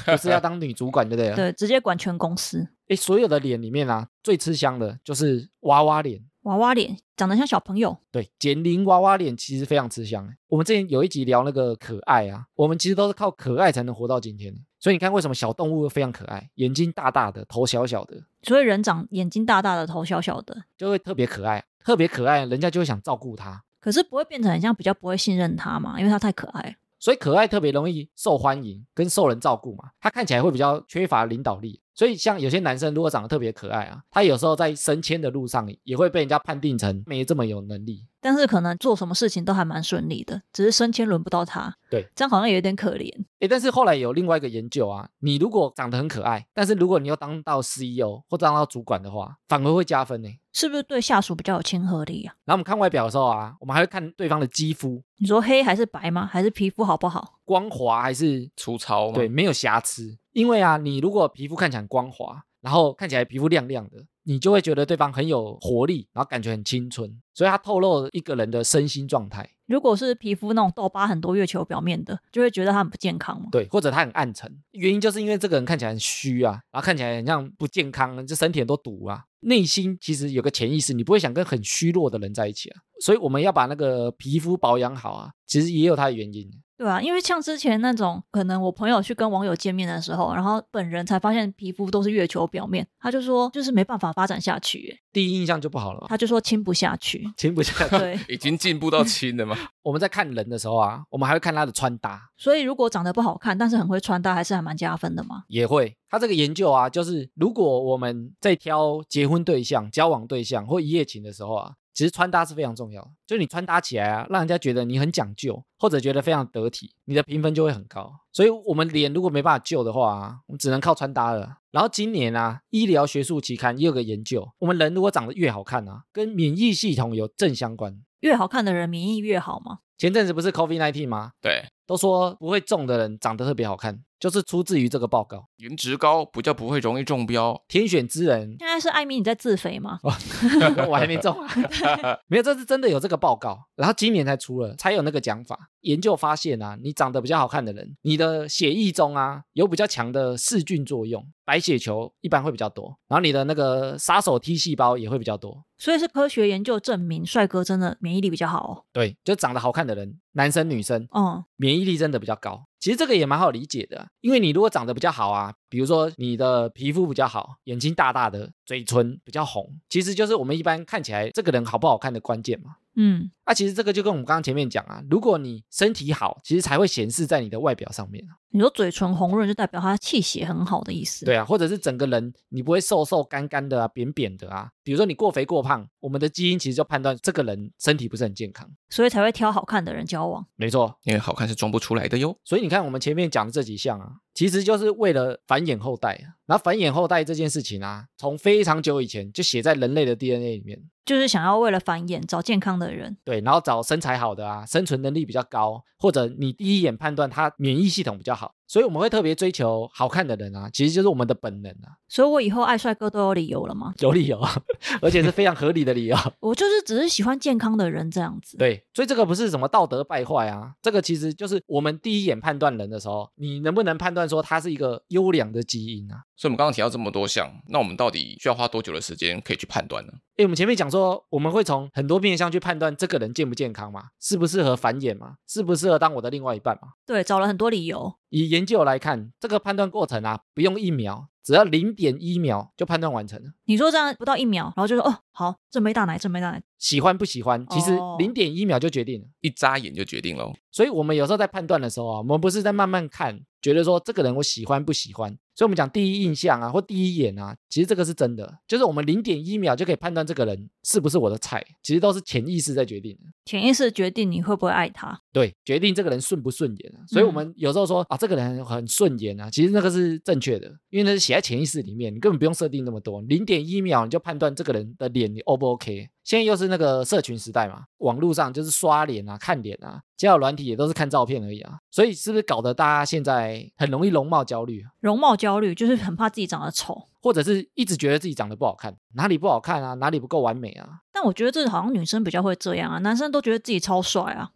[SPEAKER 1] 不是要当女主管，对不对？。啊
[SPEAKER 2] 对，直接管全公司。
[SPEAKER 1] 哎，所有的脸里面啊，最吃香的就是娃娃脸。
[SPEAKER 2] 娃娃脸长得像小朋友，
[SPEAKER 1] 对，减龄娃娃脸其实非常吃香。欸我们之前有一集聊那个可爱啊，我们其实都是靠可爱才能活到今天。所以你看，为什么小动物非常可爱，眼睛大大的，头小小的，
[SPEAKER 2] 所以人长眼睛大大的，头小小的，
[SPEAKER 1] 就会特别可爱，特别可爱，人家就会想照顾他，
[SPEAKER 2] 可是不会变成很像比较不会信任他嘛，因为他太可爱了。
[SPEAKER 1] 所以可爱特别容易受欢迎，跟受人照顾嘛。他看起来会比较缺乏领导力，所以像有些男生如果长得特别可爱啊，他有时候在升迁的路上也会被人家判定成没这么有能力。
[SPEAKER 2] 但是可能做什么事情都还蛮顺利的，只是升迁轮不到他。
[SPEAKER 1] 对，
[SPEAKER 2] 这样好像也有点可怜。
[SPEAKER 1] 诶，但是后来有另外一个研究啊，你 E 如果长得很可爱，但是如果你要当到 CEO 或当到主管的话，反而会加分呢。
[SPEAKER 2] 是不是对下属比较有亲和力啊？
[SPEAKER 1] 然后我们看外表的时候啊，我们还会看对方的肌肤
[SPEAKER 2] 你说黑还是白吗？还是皮肤好不好？
[SPEAKER 1] 光滑还是
[SPEAKER 3] 粗糙嘛，
[SPEAKER 1] 对，，没有瑕疵。因为啊，你如果皮肤看起来很光滑，然后看起来皮肤亮亮的，你就会觉得对方很有活力，然后感觉很青春，所以它透露了一个人的身心状态，
[SPEAKER 2] 如果是皮肤那种痘疤很多月球表面的，就会觉得它很不健康嘛。
[SPEAKER 1] 对，或者他很暗沉，原因就是因为这个人看起来很虚啊，然后看起来很像不健康，这身体很多毒啊，内心其实有个潜意识，你不会想跟很虚弱的人在一起啊，所以我们要把那个皮肤保养好啊，其实也有它的原因。
[SPEAKER 2] 对啊，因为像之前那种，可能我朋友去跟网友见面的时候，然后本人才发现皮肤都是月球表面，他就说就是没办法发展下去耶，
[SPEAKER 1] 第一印象就不好了嘛，。
[SPEAKER 2] 他就说亲不下去
[SPEAKER 1] 亲不下去。
[SPEAKER 2] 对，
[SPEAKER 3] 已经进步到轻了嘛，
[SPEAKER 1] 我们在看人的时候啊，我们还会看他的穿搭，
[SPEAKER 2] 所以如果长得不好看，但是很会穿搭，还是还蛮加分的嘛。
[SPEAKER 1] 也会。他这个研究啊，就是如果我们在挑结婚对象、交往对象或一夜情的时候啊，其实穿搭是非常重要的。就你穿搭起来啊，让人家觉得你很讲究，或者觉得非常得体，你的评分就会很高。所以，我们脸如果没办法救的话、啊，我们只能靠穿搭了。然后今年啊，医疗学术期刊也有个研究，我们人如果长得越好看啊，跟免疫系统有正相关。
[SPEAKER 2] 越好看的人免疫越好嘛。
[SPEAKER 1] 前阵子不是 COVID 1 9吗？
[SPEAKER 3] 对，
[SPEAKER 1] 都说不会中的人长得特别好看，就是出自于这个报告。
[SPEAKER 3] 颜值高不叫不会容易中标，
[SPEAKER 1] 天选之人
[SPEAKER 2] 现在是艾米你在自肥吗？
[SPEAKER 1] 哦 我还没中啊， 没有，这是真的有这个报告，然后今年才出了，才有那个讲法。研究发现啊，你长得比较好看的人，你的血液中啊有比较强的噬菌作用，白血球一般会比较多，然后你的那个杀手 T 细胞也会比较多。
[SPEAKER 2] 所以是科学研究证明，帅哥真的免疫力比较好
[SPEAKER 1] 对，就长得好看的人，男生女生
[SPEAKER 2] 哦。嗯，
[SPEAKER 1] 免疫力真的比较高。其实这个也蛮好理解的啊，因为你如果长得比较好啊，比如说你的皮肤比较好，眼睛大大的，嘴唇比较红，其实就是我们一般看起来这个人好不好看的关键嘛。
[SPEAKER 2] 嗯，
[SPEAKER 1] 啊，其实这个就跟我们刚刚前面讲啊，如果你身体好，其实才会显示在你的外表上面啊。
[SPEAKER 2] 你说嘴唇红润就代表他气血很好的意思。
[SPEAKER 1] 对啊，或者是整个人你不会瘦瘦干干的啊，扁扁的啊。比如说你过肥过胖，我们的基因其实就判断这个人身体不是很健康。
[SPEAKER 2] 所以才会挑好看的人交往。
[SPEAKER 1] 没错，
[SPEAKER 3] 因为好看是装不出来的哟。
[SPEAKER 1] 所以你看我们前面讲的这几项啊，其实就是为了繁衍后代啊。然后繁衍后代这件事情啊，从非常久以前就写在人类的 DNA 里面。
[SPEAKER 2] 就是想要为了繁衍找健康的人，
[SPEAKER 1] 对，然后找身材好的啊，生存能力比较高，或者你第一眼判断他免疫系统比较好，所以我们会特别追求好看的人啊，其实就是我们的本能啊，
[SPEAKER 2] 所以我以后爱帅哥都有理由了吗？
[SPEAKER 1] 有理由， 而且是非常合理的理由。
[SPEAKER 2] 我就是只是喜欢健康的人这样子。
[SPEAKER 1] 对，所以这个不是什么道德败坏啊，这个其实就是我们第一眼判断人的时候，你能不能判断说他是一个优良的基因啊？
[SPEAKER 3] 所以我们刚刚提到这么多项，那我们到底需要花多久的时间可以去判断呢？
[SPEAKER 1] 诶，我们前面讲说，我们会从很多面向去判断这个人健不健康嘛，适不适合繁衍嘛，适不适合当我的另外一半嘛。
[SPEAKER 2] 对，找了很多理由。
[SPEAKER 1] 以研究来看，这个判断过程啊，不用一秒，只要零点一秒就判断完成了。
[SPEAKER 2] 你说这样不到一秒，然后就说哦，好，这没大奶，这没大奶。
[SPEAKER 1] 喜欢不喜欢，其实
[SPEAKER 2] 哦
[SPEAKER 1] 零点一秒就决定了。
[SPEAKER 3] 一眨眼就决定哦喽。
[SPEAKER 1] 所以我们有时候在判断的时候啊，我们不是在慢慢看，觉得说这个人我喜欢不喜欢。所以我们讲第一印象啊，或第一眼啊，其实这个是真的，就是我们零点一秒就可以判断这个人是不是我的菜，其实都是潜意识在决定的。
[SPEAKER 2] 潜意识决定你会不会爱他，
[SPEAKER 1] 对，决定这个人顺不顺眼啊。所以我们有时候说、啊，这个人很顺眼啊，其实那个是正确的，因为那是写在潜意识里面，你根本不用设定那么多，零点一秒你就判断这个人的脸你 O 不 OK。现在又是那个社群时代嘛，网络上就是刷脸啊、看脸啊，交友软体也都是看照片而已啊，所以是不是搞得大家现在很容易容貌焦虑啊？
[SPEAKER 2] 容貌焦虑就是很怕自己长得丑。
[SPEAKER 1] 或者是一直觉得自己长得不好看，哪里不好看啊，哪里不够完美啊？
[SPEAKER 2] 但我觉得这好像女生比较会这样啊，男生都觉得自己超帅啊。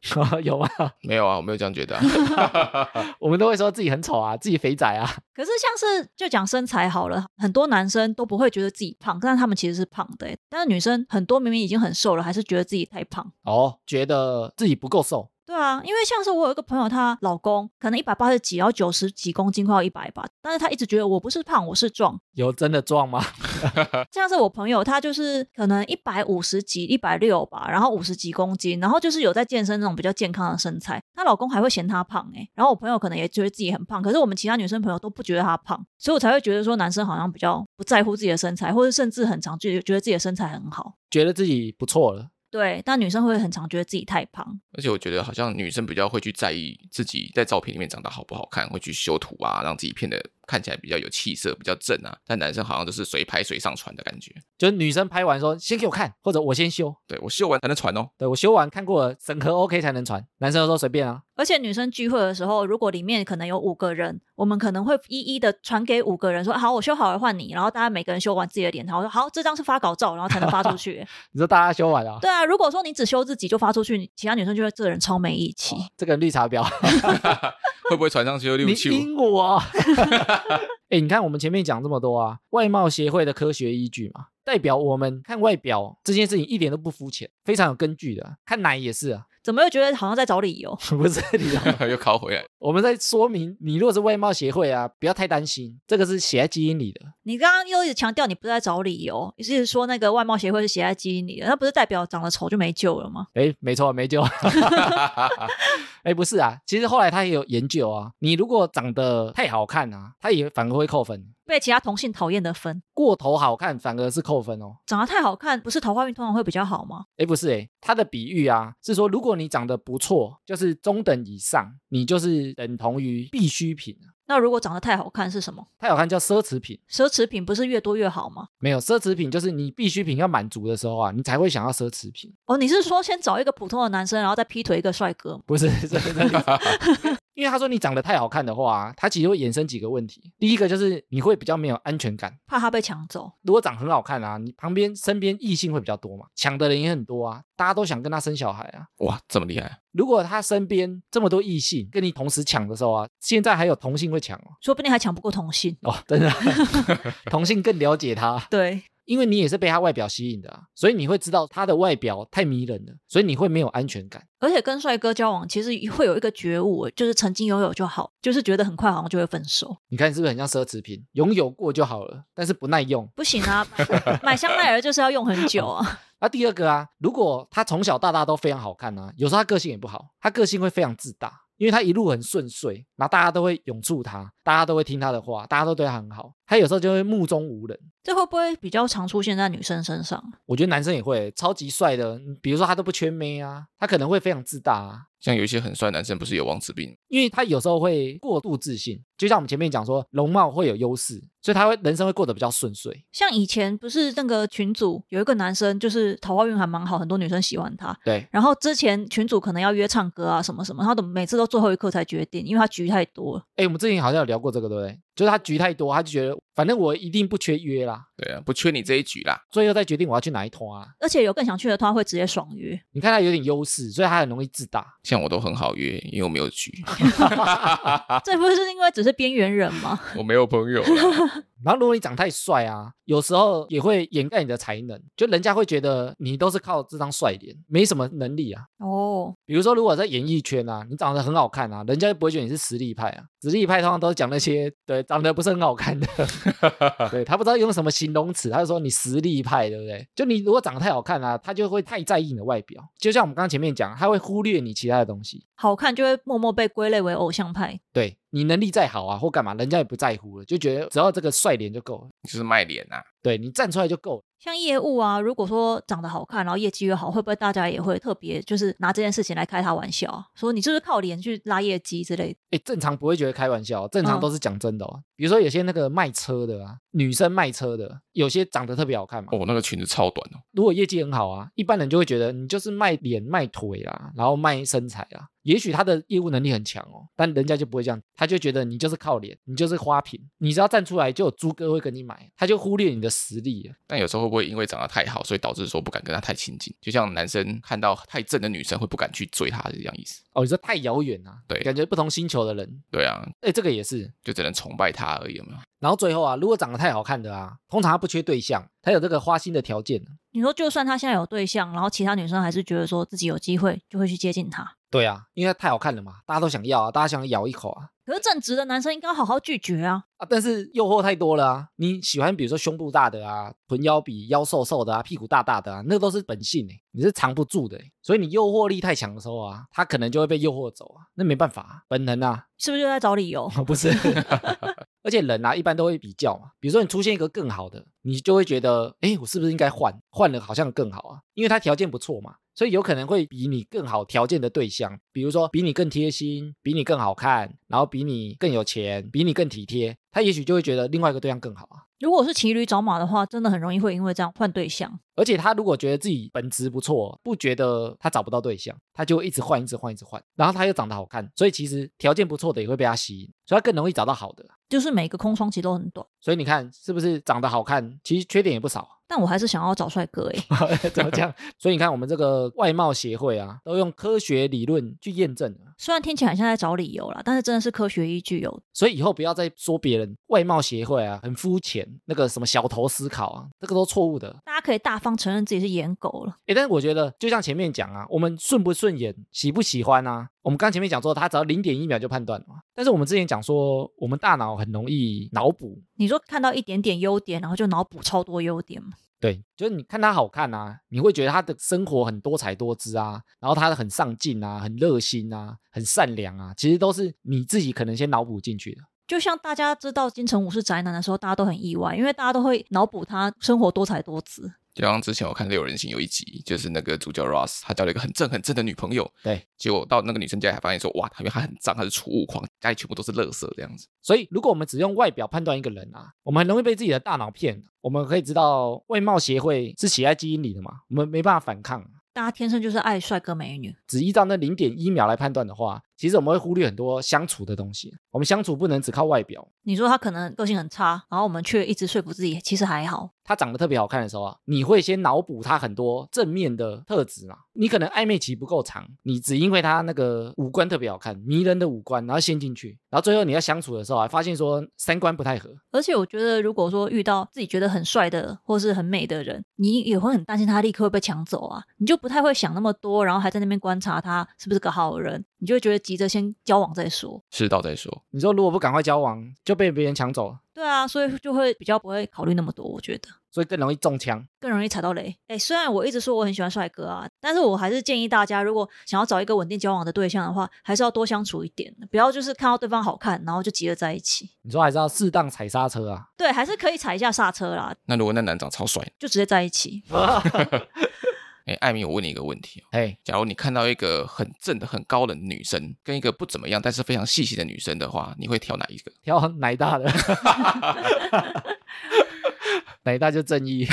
[SPEAKER 1] 有啊，
[SPEAKER 3] 没有啊，我没有这样觉得、啊。
[SPEAKER 1] 我们都会说自己很丑啊，自己肥仔啊，
[SPEAKER 2] 可是像是就讲身材好了，很多男生都不会觉得自己胖，但是他们其实是胖的欸、但是女生很多明明已经很瘦了，还是觉得自己太胖。
[SPEAKER 1] 哦，觉得自己不够瘦，
[SPEAKER 2] 对啊，因为像是我有一个朋友，她老公可能一百八十几，然后九十几公斤，快要一百吧，但是她一直觉得我不是胖，我是壮。
[SPEAKER 1] 有真的壮吗？
[SPEAKER 2] 像是我朋友，她就是可能一百五十几、一百六吧，然后五十几公斤，然后就是有在健身那种比较健康的身材，她老公还会嫌她胖哎、然后我朋友可能也觉得自己很胖，可是我们其他女生朋友都不觉得她胖，所以我才会觉得说男生好像比较不在乎自己的身材，或者甚至很常觉觉得自己的身材很好。
[SPEAKER 1] 觉得自己不错了。
[SPEAKER 2] 对，但女生会很常觉得自己太胖，
[SPEAKER 3] 而且我觉得好像女生比较会去在意自己在照片里面长得好不好看，会去修图啊，让自己变得看起来比较有气色、比较正啊，但男生好像就是随拍随上传的感觉。
[SPEAKER 1] 就是女生拍完说先给我看，或者我先修，
[SPEAKER 3] 对我秀完才能传哦。
[SPEAKER 1] 对我修完看过了，审核 OK 才能传。男生就说随便啊，
[SPEAKER 2] 而且女生聚会的时候，如果里面可能有五个人，我们可能会一一的传给五个人说：“好，我修好了，换你。”然后大家每个人修完自己的脸，然后说：“好，这张是发稿照，然后才能发出去。
[SPEAKER 1] 你说大家修完了”。
[SPEAKER 2] 对啊，如果说你只修自己就发出去，其他女生就会这个人超没义气。
[SPEAKER 1] 啊这个绿茶婊，
[SPEAKER 3] 会不会传上去就六
[SPEAKER 1] 你
[SPEAKER 3] 七
[SPEAKER 1] 阴我 啊！哎、你看我们前面讲这么多啊，外貌协会的科学依据嘛，代表我们看外表这件事情一点都不肤浅，非常有根据的。看奶也是啊，
[SPEAKER 2] 怎么又觉得好像在找理由？
[SPEAKER 1] 不是你啊，
[SPEAKER 3] 又拷回来？
[SPEAKER 1] 我们在说明，你如果是外貌协会啊，不要太担心，这个是写在基因里的。
[SPEAKER 2] 你刚刚又一直强调你不是在找理由，你是说那个外貌协会是写在基因里的，那不是代表长得丑就没救了吗？
[SPEAKER 1] 哎，没错，没 救。哎，不是啊，其实后来他也有研究啊，你如果长得太好看啊，他也反而会扣分。
[SPEAKER 2] 被其他同性讨厌的分，
[SPEAKER 1] 过头好看反而是扣分哦。
[SPEAKER 2] 长得太好看，不是桃花运通常会比较好吗？
[SPEAKER 1] 哎，不是哎，他的比喻啊是说，如果你长得不错，就是中等以上，你就是等同于必需品啊。
[SPEAKER 2] 那如果长得太好看是什么？
[SPEAKER 1] 太好看叫奢侈品，
[SPEAKER 2] 奢侈品不是越多越好吗？
[SPEAKER 1] 没有奢侈品就是你必需品要满足的时候啊，你才会想要奢侈品。
[SPEAKER 2] 哦，你是说先找一个普通的男生，然后再劈腿一个帅哥吗？
[SPEAKER 1] 不是， 这这里因为他说你长得太好看的话啊，他其实会衍生几个问题。第一个就是你会比较没有安全感。
[SPEAKER 2] 怕他被抢走？
[SPEAKER 1] 如果长很好看啊，你旁边身边异性会比较多嘛，抢的人也很多啊，大家都想跟他生小孩啊。
[SPEAKER 3] 哇，这么厉害！
[SPEAKER 1] 如果他身边这么多异性跟你同时抢的时候啊，现在还有同性会抢哦，
[SPEAKER 2] 说不定还抢不过同性。
[SPEAKER 1] 哦，真的， 同性更了解他，
[SPEAKER 2] 对，
[SPEAKER 1] 因为你也是被他外表吸引的啊，所以你会知道他的外表太迷人了，所以你会没有安全感。
[SPEAKER 2] 而且跟帅哥交往，其实会有一个觉悟，就是曾经拥有就好，就是觉得很快好像就会分手。
[SPEAKER 1] 你看是不是很像奢侈品？拥有过就好了，但是不耐用。
[SPEAKER 2] 不行啊，买买香奈儿就是要用很久啊。
[SPEAKER 1] 那第二个啊，如果他从小到大都非常好看啊，有时候他个性也不好，他个性会非常自大，因为他一路很顺遂，然后大家都会拥簇他，大家都会听他的话，大家都对他很好，他有时候就会目中无人。
[SPEAKER 2] 这会不会比较常出现在女生身上？
[SPEAKER 1] 我觉得男生也会超级帅的，嗯比如说他都不缺妹啊，他可能会非常自大啊，
[SPEAKER 3] 像有一些很帅的男生不是有王子病，
[SPEAKER 1] 因为他有时候会过度自信，就像我们前面讲说，容貌会有优势，所以他会人生会过得比较顺遂。
[SPEAKER 2] 像以前不是那个群组有一个男生，就是桃花运还蛮好，很多女生喜欢他。
[SPEAKER 1] 对，
[SPEAKER 2] 然后之前群主可能要约唱歌啊什么什么，他怎么每次都最后一刻才决定，因为他局太多了。
[SPEAKER 1] 哎，我们之前好像有聊过这个，对不对？就是他局太多，他就觉得反正我一定不缺约啦，
[SPEAKER 3] 对啊，不缺你这一局啦。
[SPEAKER 1] 最后再决定我要去哪一团啊。
[SPEAKER 2] 而且有更想去的团会直接爽约。
[SPEAKER 1] 你看他有点优势，所以他很容易自大。
[SPEAKER 3] 像我都很好约，因为我没有局，
[SPEAKER 2] 这不是因为只是边缘人吗？
[SPEAKER 3] 我没有朋友啦。
[SPEAKER 1] 然后如果你长太帅啊，有时候也会掩盖你的才能，就人家会觉得你都是靠这张帅脸，没什么能力啊。
[SPEAKER 2] 哦，
[SPEAKER 1] 比如说，如果在演艺圈啊，你长得很好看啊，人家就不会觉得你是实力派啊。实力派通常都是讲那些对长得不是很好看的，对他不知道用什么形容词，他就说你实力派，对不对？就你如果长得太好看啊，他就会太在意你的外表，就像我们刚刚前面讲，他会忽略你其他的东西。
[SPEAKER 2] 好看就会默默被归类为偶像派。
[SPEAKER 1] 对你能力再好啊，或干嘛，人家也不在乎了，就觉得只要这个帅脸就够了，
[SPEAKER 3] 就是卖脸呐、啊。
[SPEAKER 1] 对你站出来就够了。
[SPEAKER 2] 像业务啊，如果说长得好看，然后业绩越好，会不会大家也会特别就是拿这件事情来开他玩笑啊，说你就是靠脸去拉业绩之类的？
[SPEAKER 1] 哎，正常不会觉得开玩笑，啊正常
[SPEAKER 2] 嗯
[SPEAKER 1] 都是讲真的哦。比如说有些那个卖车的啊，女生卖车的，有些长得特别好看嘛，
[SPEAKER 3] 哦，那个裙子超短哦，
[SPEAKER 1] 如果业绩很好啊，一般人就会觉得你就是卖脸、卖腿啦，然后卖身材啦。也许他的业务能力很强哦，但人家就不会这样，他就觉得你就是靠脸，你就是花瓶，你只要站出来就有猪哥会跟你买，他就忽略你的实力了。
[SPEAKER 3] 但有时候会不会因为长得太好，所以导致说不敢跟他太亲近？就像男生看到太正的女生会不敢去追她一样意思。
[SPEAKER 1] 哦，你说太遥远啊，
[SPEAKER 3] 对
[SPEAKER 1] 感觉不同星球的人，
[SPEAKER 3] 对啊，
[SPEAKER 1] 哎，这个也是。
[SPEAKER 3] 就只能崇拜她而已，有没有？
[SPEAKER 1] 然后最后啊，如果长得太好看的啊，通常他不缺对象，他有这个花心的条件。
[SPEAKER 2] 你说就算他现在有对象，然后其他女生还是觉得说自己有机会，就会去接近他。
[SPEAKER 1] 对啊，因为他太好看了嘛，大家都想要啊，大家想咬一口啊。
[SPEAKER 2] 可是正直的男生应该好好拒绝啊。
[SPEAKER 1] 啊，但是诱惑太多了啊！你喜欢比如说胸部大的啊，臀腰比腰瘦瘦的啊，屁股大大的啊，那个都是本性哎、你是藏不住的、欸、所以你诱惑力太强的时候啊，他可能就会被诱惑走啊，那没办法、啊，本能啊，
[SPEAKER 2] 是不是就在找 理由？
[SPEAKER 1] 哦不是。而且人啊，一般都会比较嘛，比如说你出现一个更好的，你就会觉得，哎，我是不是应该换？换了好像更好啊，因为他条件不错嘛，所以有可能会比你更好条件的对象，比如说比你更贴心，比你更好看，然后比你更有钱，比你更体贴，他也许就会觉得另外一个对象更好啊。
[SPEAKER 2] 如果是骑驴找马的话，真的很容易会因为这样换对象。
[SPEAKER 1] 而且他如果觉得自己本质不错，不觉得他找不到对象，他就会一直换，一直换，一直换。然后他又长得好看，所以其实条件不错的也会被他吸引，所以他更容易找到好的。
[SPEAKER 2] 就是每个空窗期都很短，
[SPEAKER 1] 所以你看，是不是长得好看，其实缺点也不少
[SPEAKER 2] 但我还是想要找帅哥欸诶、
[SPEAKER 1] 啊？怎么讲？所以你看，我们这个外貌协会啊，都用科学理论去验证啊了。
[SPEAKER 2] 虽然听起来像在找理由啦，但是真的是科学依据有哦的。
[SPEAKER 1] 所以以后不要再说别人外貌协会啊，很肤浅，那个什么小头思考啊，这个都错误的。
[SPEAKER 2] 大家可以大方承认自己是颜狗了。
[SPEAKER 1] 诶，但是我觉得，就像前面讲啊，我们顺不顺眼，喜不喜欢啊，我们刚前面讲说，他只要零点一秒就判断了嘛。但是我们之前讲说，我们大脑很容易脑补，
[SPEAKER 2] 你说看到一点点优点，然后就脑补超多优点吗？
[SPEAKER 1] 对，就是你看他好看啊，你会觉得他的生活很多彩多姿啊，然后他很上进啊，很热心啊，很善良啊，其实都是你自己可能先脑补进去的。
[SPEAKER 2] 就像大家知道金城武是宅男的时候，大家都很意外，因为大家都会脑补他生活多才多姿。
[SPEAKER 3] 就像之前我看《六人行》有一集，就是那个主角 Ross，他交了一个很正很正的女朋友，
[SPEAKER 1] 对，
[SPEAKER 3] 结果到那个女生家里还发现说，哇，因为他很脏，他是储物狂，家里全部都是垃圾这样子。
[SPEAKER 1] 所以，如果我们只用外表判断一个人啊，我们很容易被自己的大脑骗。我们可以知道外貌协会是写在基因里的嘛，我们没办法反抗。啊
[SPEAKER 2] 大家天生就是爱帅哥美女，
[SPEAKER 1] 只依照那零点一秒来判断的话，其实我们会忽略很多相处的东西。我们相处不能只靠外表，
[SPEAKER 2] 你说他可能个性很差，然后我们却一直说服自己其实还好。
[SPEAKER 1] 他长得特别好看的时候啊，你会先脑补他很多正面的特质嘛？你可能暧昧期不够长，你只因为他那个五官特别好看，迷人的五官，然后陷进去，然后最后你要相处的时候啊，发现说三观不太合，
[SPEAKER 2] 而且我觉得，如果说遇到自己觉得很帅的或是很美的人，你也会很担心他立刻会被抢走啊，你就不太会想那么多，然后还在那边观察他是不是个好人，你就会觉得急着先交往再说。
[SPEAKER 3] 世道再说，
[SPEAKER 1] 你说如果不赶快交往，就被别人抢走了，
[SPEAKER 2] 对啊，所以就会比较不会考虑那么多，我觉得。
[SPEAKER 1] 所以更容易中枪。
[SPEAKER 2] 更容易踩到雷。哎、虽然我一直说我很喜欢帅哥啊，但是我还是建议大家，如果想要找一个稳定交往的对象的话，还是要多相处一点，不要就是看到对方好看，然后就急着在一起。
[SPEAKER 1] 你说还是要适当踩刹车啊。
[SPEAKER 2] 对，还是可以踩一下刹车啦，
[SPEAKER 3] 那如果那男长超帅，
[SPEAKER 2] 就直接在一起。
[SPEAKER 3] 哎，艾米，我问你一个问题哦。
[SPEAKER 1] 哎，
[SPEAKER 3] 假如你看到一个很正的、很高冷的女生，跟一个不怎么样但是非常细心的女生的话，你会挑哪一个？
[SPEAKER 1] 挑奶大的，奶大就正义。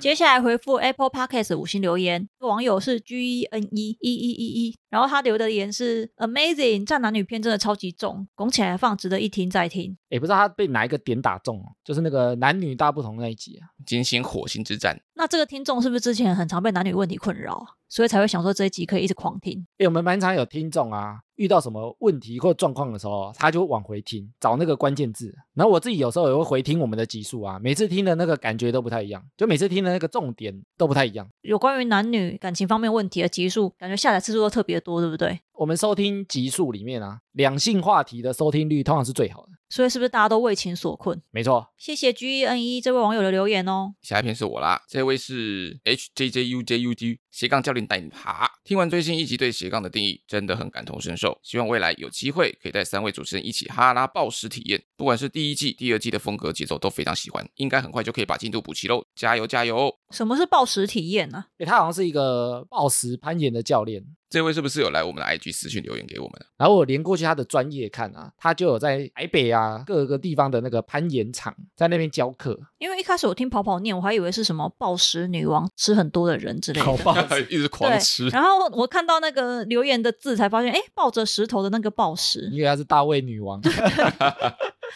[SPEAKER 2] 接下来回复 Apple Podcast 五星留言，这个网友是 G E N E 一一一一，然后他留的言是 Amazing，占男女片真的超级重，拱起来放，值得一听再听。
[SPEAKER 1] 也不知道他被哪一个点打中哦，就是那个男女大不同那一集啊。
[SPEAKER 3] 金星火星之战，
[SPEAKER 2] 那这个听众是不是之前很常被男女问题困扰啊，所以才会想说这一集可以一直狂听？
[SPEAKER 1] 哎，我们蛮常有听众啊，遇到什么问题或状况的时候，他就往回听，找那个关键字。然后我自己有时候也会回听我们的集数啊，每次听的那个感觉都不太一样，就每次听的那个重点都不太一样。
[SPEAKER 2] 有关于男女感情方面问题的集数，感觉下载次数都特别多，对不对？
[SPEAKER 1] 我们收听集数里面啊，两性话题的收听率通常是最好的。
[SPEAKER 2] 所以是不是大家都为情所困？
[SPEAKER 1] 没错，
[SPEAKER 2] 谢谢 G E N E 这位网友的留言哦。
[SPEAKER 3] 下一篇是我啦。这位是 H J J U J U G 斜杠教练带你爬。听完最新一集对斜杠的定义，真的很感同身受。希望未来有机会可以带三位主持人一起哈拉暴食体验，不管是第一季、第二季的风格节奏都非常喜欢，应该很快就可以把进度补齐喽，加油加油！哦
[SPEAKER 2] 什么是暴食体验呢、
[SPEAKER 1] 诶他好像是一个暴食攀岩的教练，
[SPEAKER 3] 这位是不是有来我们的 IG 私讯留言给我们啊？
[SPEAKER 1] 然后我连过去他的专业看啊，他就有在台北啊各个地方的那个攀岩场，在那边教课，
[SPEAKER 2] 因为一开始我听跑跑念，我还以为是什么暴食女王，吃很多的人之类的。
[SPEAKER 1] 暴
[SPEAKER 3] 一直狂
[SPEAKER 2] 对
[SPEAKER 3] 吃，
[SPEAKER 2] 然后我看到那个留言的字，才发现，哎，抱着石头的那个暴食，
[SPEAKER 1] 因为她是大卫女王。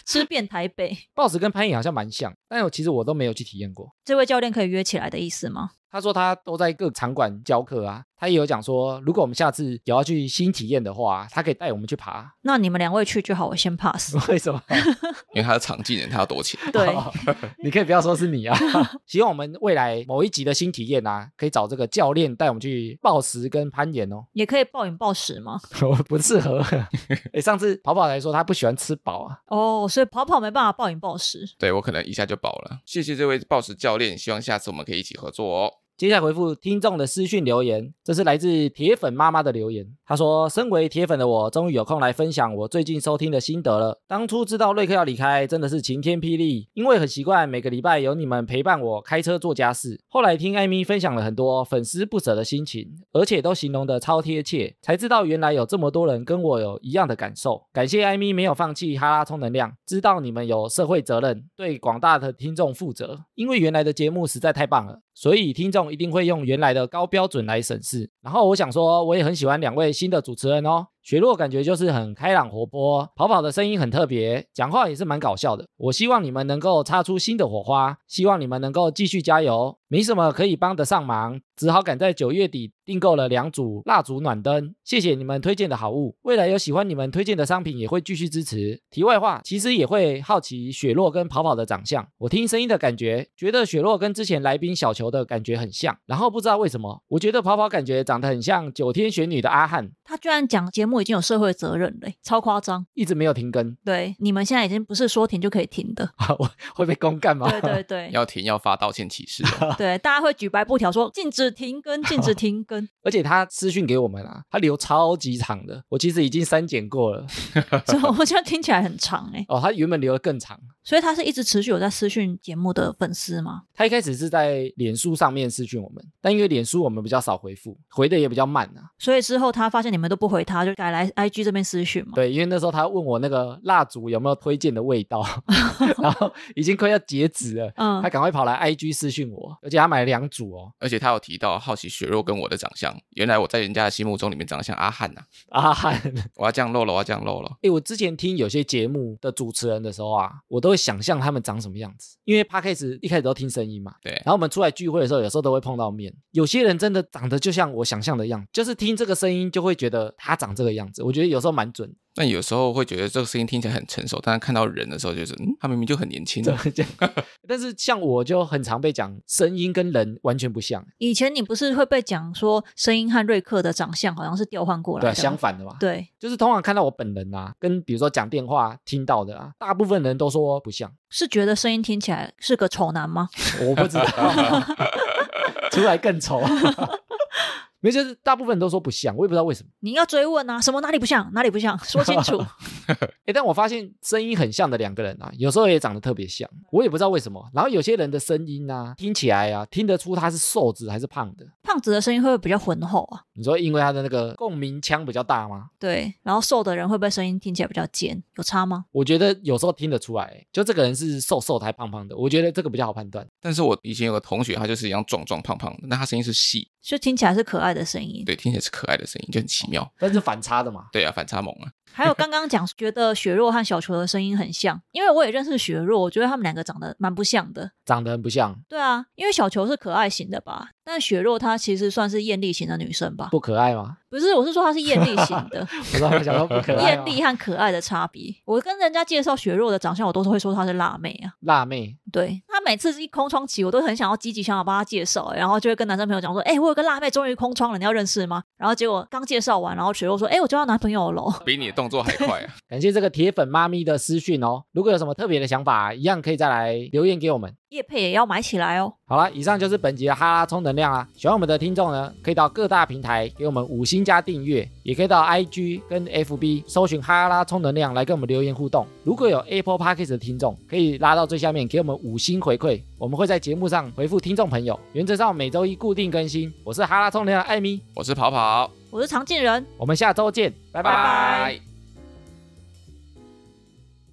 [SPEAKER 2] 吃遍台北。
[SPEAKER 1] 暴食跟攀岩好像蛮像，但我其实我都没有去体验过。
[SPEAKER 2] 这位教练可以约起来的意思吗？
[SPEAKER 1] 他说他都在各场馆教课啊，他也有讲说，如果我们下次有要去新体验的话，他可以带我们去爬。
[SPEAKER 2] 那你们两位去就好，我先 pass。
[SPEAKER 1] 为什么？
[SPEAKER 3] 因为他是场技人，他要躲起来。
[SPEAKER 2] 对，
[SPEAKER 1] 你可以不要说是你 啊。希望我们未来某一集的新体验啊，可以找这个教练带我们去暴食跟攀岩哦。
[SPEAKER 2] 也可以暴饮暴食吗？
[SPEAKER 1] 我不适合。 哎，上次跑跑来说他不喜欢吃饱啊，
[SPEAKER 2] 哦，所以跑跑没办法暴饮暴食。
[SPEAKER 3] 对我可能一下就饱了。谢谢这位暴食教练，希望下次我们可以一起合作哦。
[SPEAKER 1] 接下来回复听众的私讯留言，这是来自铁粉妈妈的留言。她说：“身为铁粉的我，终于有空来分享我最近收听的心得了。当初知道瑞克要离开，真的是晴天霹雳，因为很习惯每个礼拜有你们陪伴我开车做家事。后来听艾米分享了很多粉丝不舍的心情，而且都形容的超贴切，才知道原来有这么多人跟我有一样的感受。感谢艾米没有放弃哈拉充能量，知道你们有社会责任，对广大的听众负责，因为原来的节目实在太棒了。”所以听众一定会用原来的高标准来审视。然后我想说，我也很喜欢两位新的主持人哦。雪落感觉就是很开朗活泼，跑跑的声音很特别，讲话也是蛮搞笑的。我希望你们能够擦出新的火花，希望你们能够继续加油。没什么可以帮得上忙，只好赶在九月底订购了两组蜡烛暖灯。谢谢你们推荐的好物，未来有喜欢你们推荐的商品也会继续支持。题外话，其实也会好奇雪落跟跑跑的长相。我听声音的感觉，觉得雪落跟之前来宾小球的感觉很像，然后不知道为什么，我觉得跑跑感觉长得很像九天玄女的阿汉，
[SPEAKER 2] 他居然讲节目已经有社会责任了、欸超夸张。
[SPEAKER 1] 一直没有停更，
[SPEAKER 2] 对，你们现在已经不是说停就可以停的。
[SPEAKER 1] 会被公干吗？
[SPEAKER 2] 对对 对
[SPEAKER 3] 要停要发道歉启事哦，
[SPEAKER 2] 对，大家会举白布条说禁止停更，禁止停 更。
[SPEAKER 1] 而且他私讯给我们啊，他留超级长的，我其实已经删减过了。
[SPEAKER 2] 所以我觉得听起来很长哎、
[SPEAKER 1] 哦，他原本留的更长。
[SPEAKER 2] 所以他是一直持续有在私讯节目的粉丝吗？
[SPEAKER 1] 他一开始是在脸书上面私讯我们，但因为脸书我们比较少回复，回的也比较慢啊。
[SPEAKER 2] 所以之后他发现你们都不回他，就改来 IG 这边私讯嘛。
[SPEAKER 1] 对，因为那时候他问我那个蜡烛有没有推荐的味道， 然后已经快要截止了，
[SPEAKER 2] 嗯
[SPEAKER 1] 他，赶快跑来 IG 私讯我，而且他买了两组哦。
[SPEAKER 3] 而且他有提到好奇雪肉跟我的长相，原来我在人家的心目中里面长得像阿汉呐、
[SPEAKER 1] 啊汉，
[SPEAKER 3] 我要降肉了，我要降肉了。
[SPEAKER 1] 哎，我之前听有些节目的主持人的时候啊，我都会想象他们长什么样子，因为 p 开始一开始都听声音嘛，
[SPEAKER 3] 对
[SPEAKER 1] 然，后我们出来聚会的时候，有时候都会碰到面。有些人真的长得就像我想象的样，就是听这个声音就会觉得他长这个样子。我觉得有时候蛮准，
[SPEAKER 3] 但有时候会觉得这个声音听起来很成熟，但是看到人的时候就是，嗯，他明明就很年轻啊。
[SPEAKER 1] 这样。但是像我就很常被讲声音跟人完全不像，欸
[SPEAKER 2] 以前你不是会被讲说声音和瑞克的长相好像是调换过来
[SPEAKER 1] 对
[SPEAKER 2] 的
[SPEAKER 1] 啊，
[SPEAKER 2] 吗，
[SPEAKER 1] 相反的嘛。
[SPEAKER 2] 对，
[SPEAKER 1] 就是通常看到我本人啊，跟比如说讲电话听到的啊，大部分人都说不像，
[SPEAKER 2] 是觉得声音听起来是个丑男吗？
[SPEAKER 1] 我不知 道，出来更丑。 没有，就是大部分人都说不像，我也不知道为什么。
[SPEAKER 2] 你要追问啊，什么哪里不像，哪里不像，说清楚。
[SPEAKER 1] 哎，但我发现声音很像的两个人啊，有时候也长得特别像，我也不知道为什么。然后有些人的声音啊，听起来啊，听得出他是瘦子还是胖的。
[SPEAKER 2] 胖子的声音会不会比较浑厚啊？
[SPEAKER 1] 你说因为他的那个共鸣腔比较大吗？
[SPEAKER 2] 对，然后瘦的人会不会声音听起来比较尖？有差吗？
[SPEAKER 1] 我觉得有时候听得出来，就这个人是瘦瘦的还胖胖的，我觉得这个比较好判断。
[SPEAKER 3] 但是我以前有个同学，他就是一样壮壮胖胖的，但他声音是细，
[SPEAKER 2] 就听起来是可爱的声音。
[SPEAKER 3] 对，听起来是可爱的声音，就很奇妙。
[SPEAKER 1] 但是反差的嘛，
[SPEAKER 3] 对啊，反差萌啊，
[SPEAKER 2] 还有刚刚讲觉得雪若和小球的声音很像，因为我也认识雪若，我觉得他们两个长得蛮不像的。
[SPEAKER 1] 长得很不像，
[SPEAKER 2] 对啊，因为小球是可爱型的吧，但雪若她其实算是艳丽型的女生吧？
[SPEAKER 1] 不可爱吗？
[SPEAKER 2] 不是，我是说她是艳丽型的，
[SPEAKER 1] 我刚刚想说不 可爱
[SPEAKER 2] 艳
[SPEAKER 1] 吗，
[SPEAKER 2] 丽和可爱的差别。我跟人家介绍雪若的长相，我都是会说她是辣妹啊。
[SPEAKER 1] 辣妹，
[SPEAKER 2] 对她每次一空窗期，我都很想要积极想要帮她介绍、欸然后就会跟男生朋友讲说：“哎、我有个辣妹终于空窗了，你要认识吗？”然后结果刚介绍完，然后雪若说：“哎、我交到男朋友了。”
[SPEAKER 3] 比你的动作还快 啊！
[SPEAKER 1] 感谢这个铁粉妈咪的私讯哦。如果有什么特别的想法，一样可以再来留言给我们。
[SPEAKER 2] 叶配也要买起来哦。
[SPEAKER 1] 好了，以上就是本集的哈拉充能量啦。喜欢我们的听众呢，可以到各大平台给我们五星加订阅，也可以到 IG 跟 FB 搜寻哈拉充能量来跟我们留言互动。如果有 Apple Podcast 的听众，可以拉到最下面给我们五星回馈，我们会在节目上回复听众朋友。原则上每周一固定更新。我是哈拉充能量的艾米，
[SPEAKER 3] 我是跑跑，
[SPEAKER 2] 我是常进人，
[SPEAKER 1] 我们下周见，拜拜
[SPEAKER 2] 拜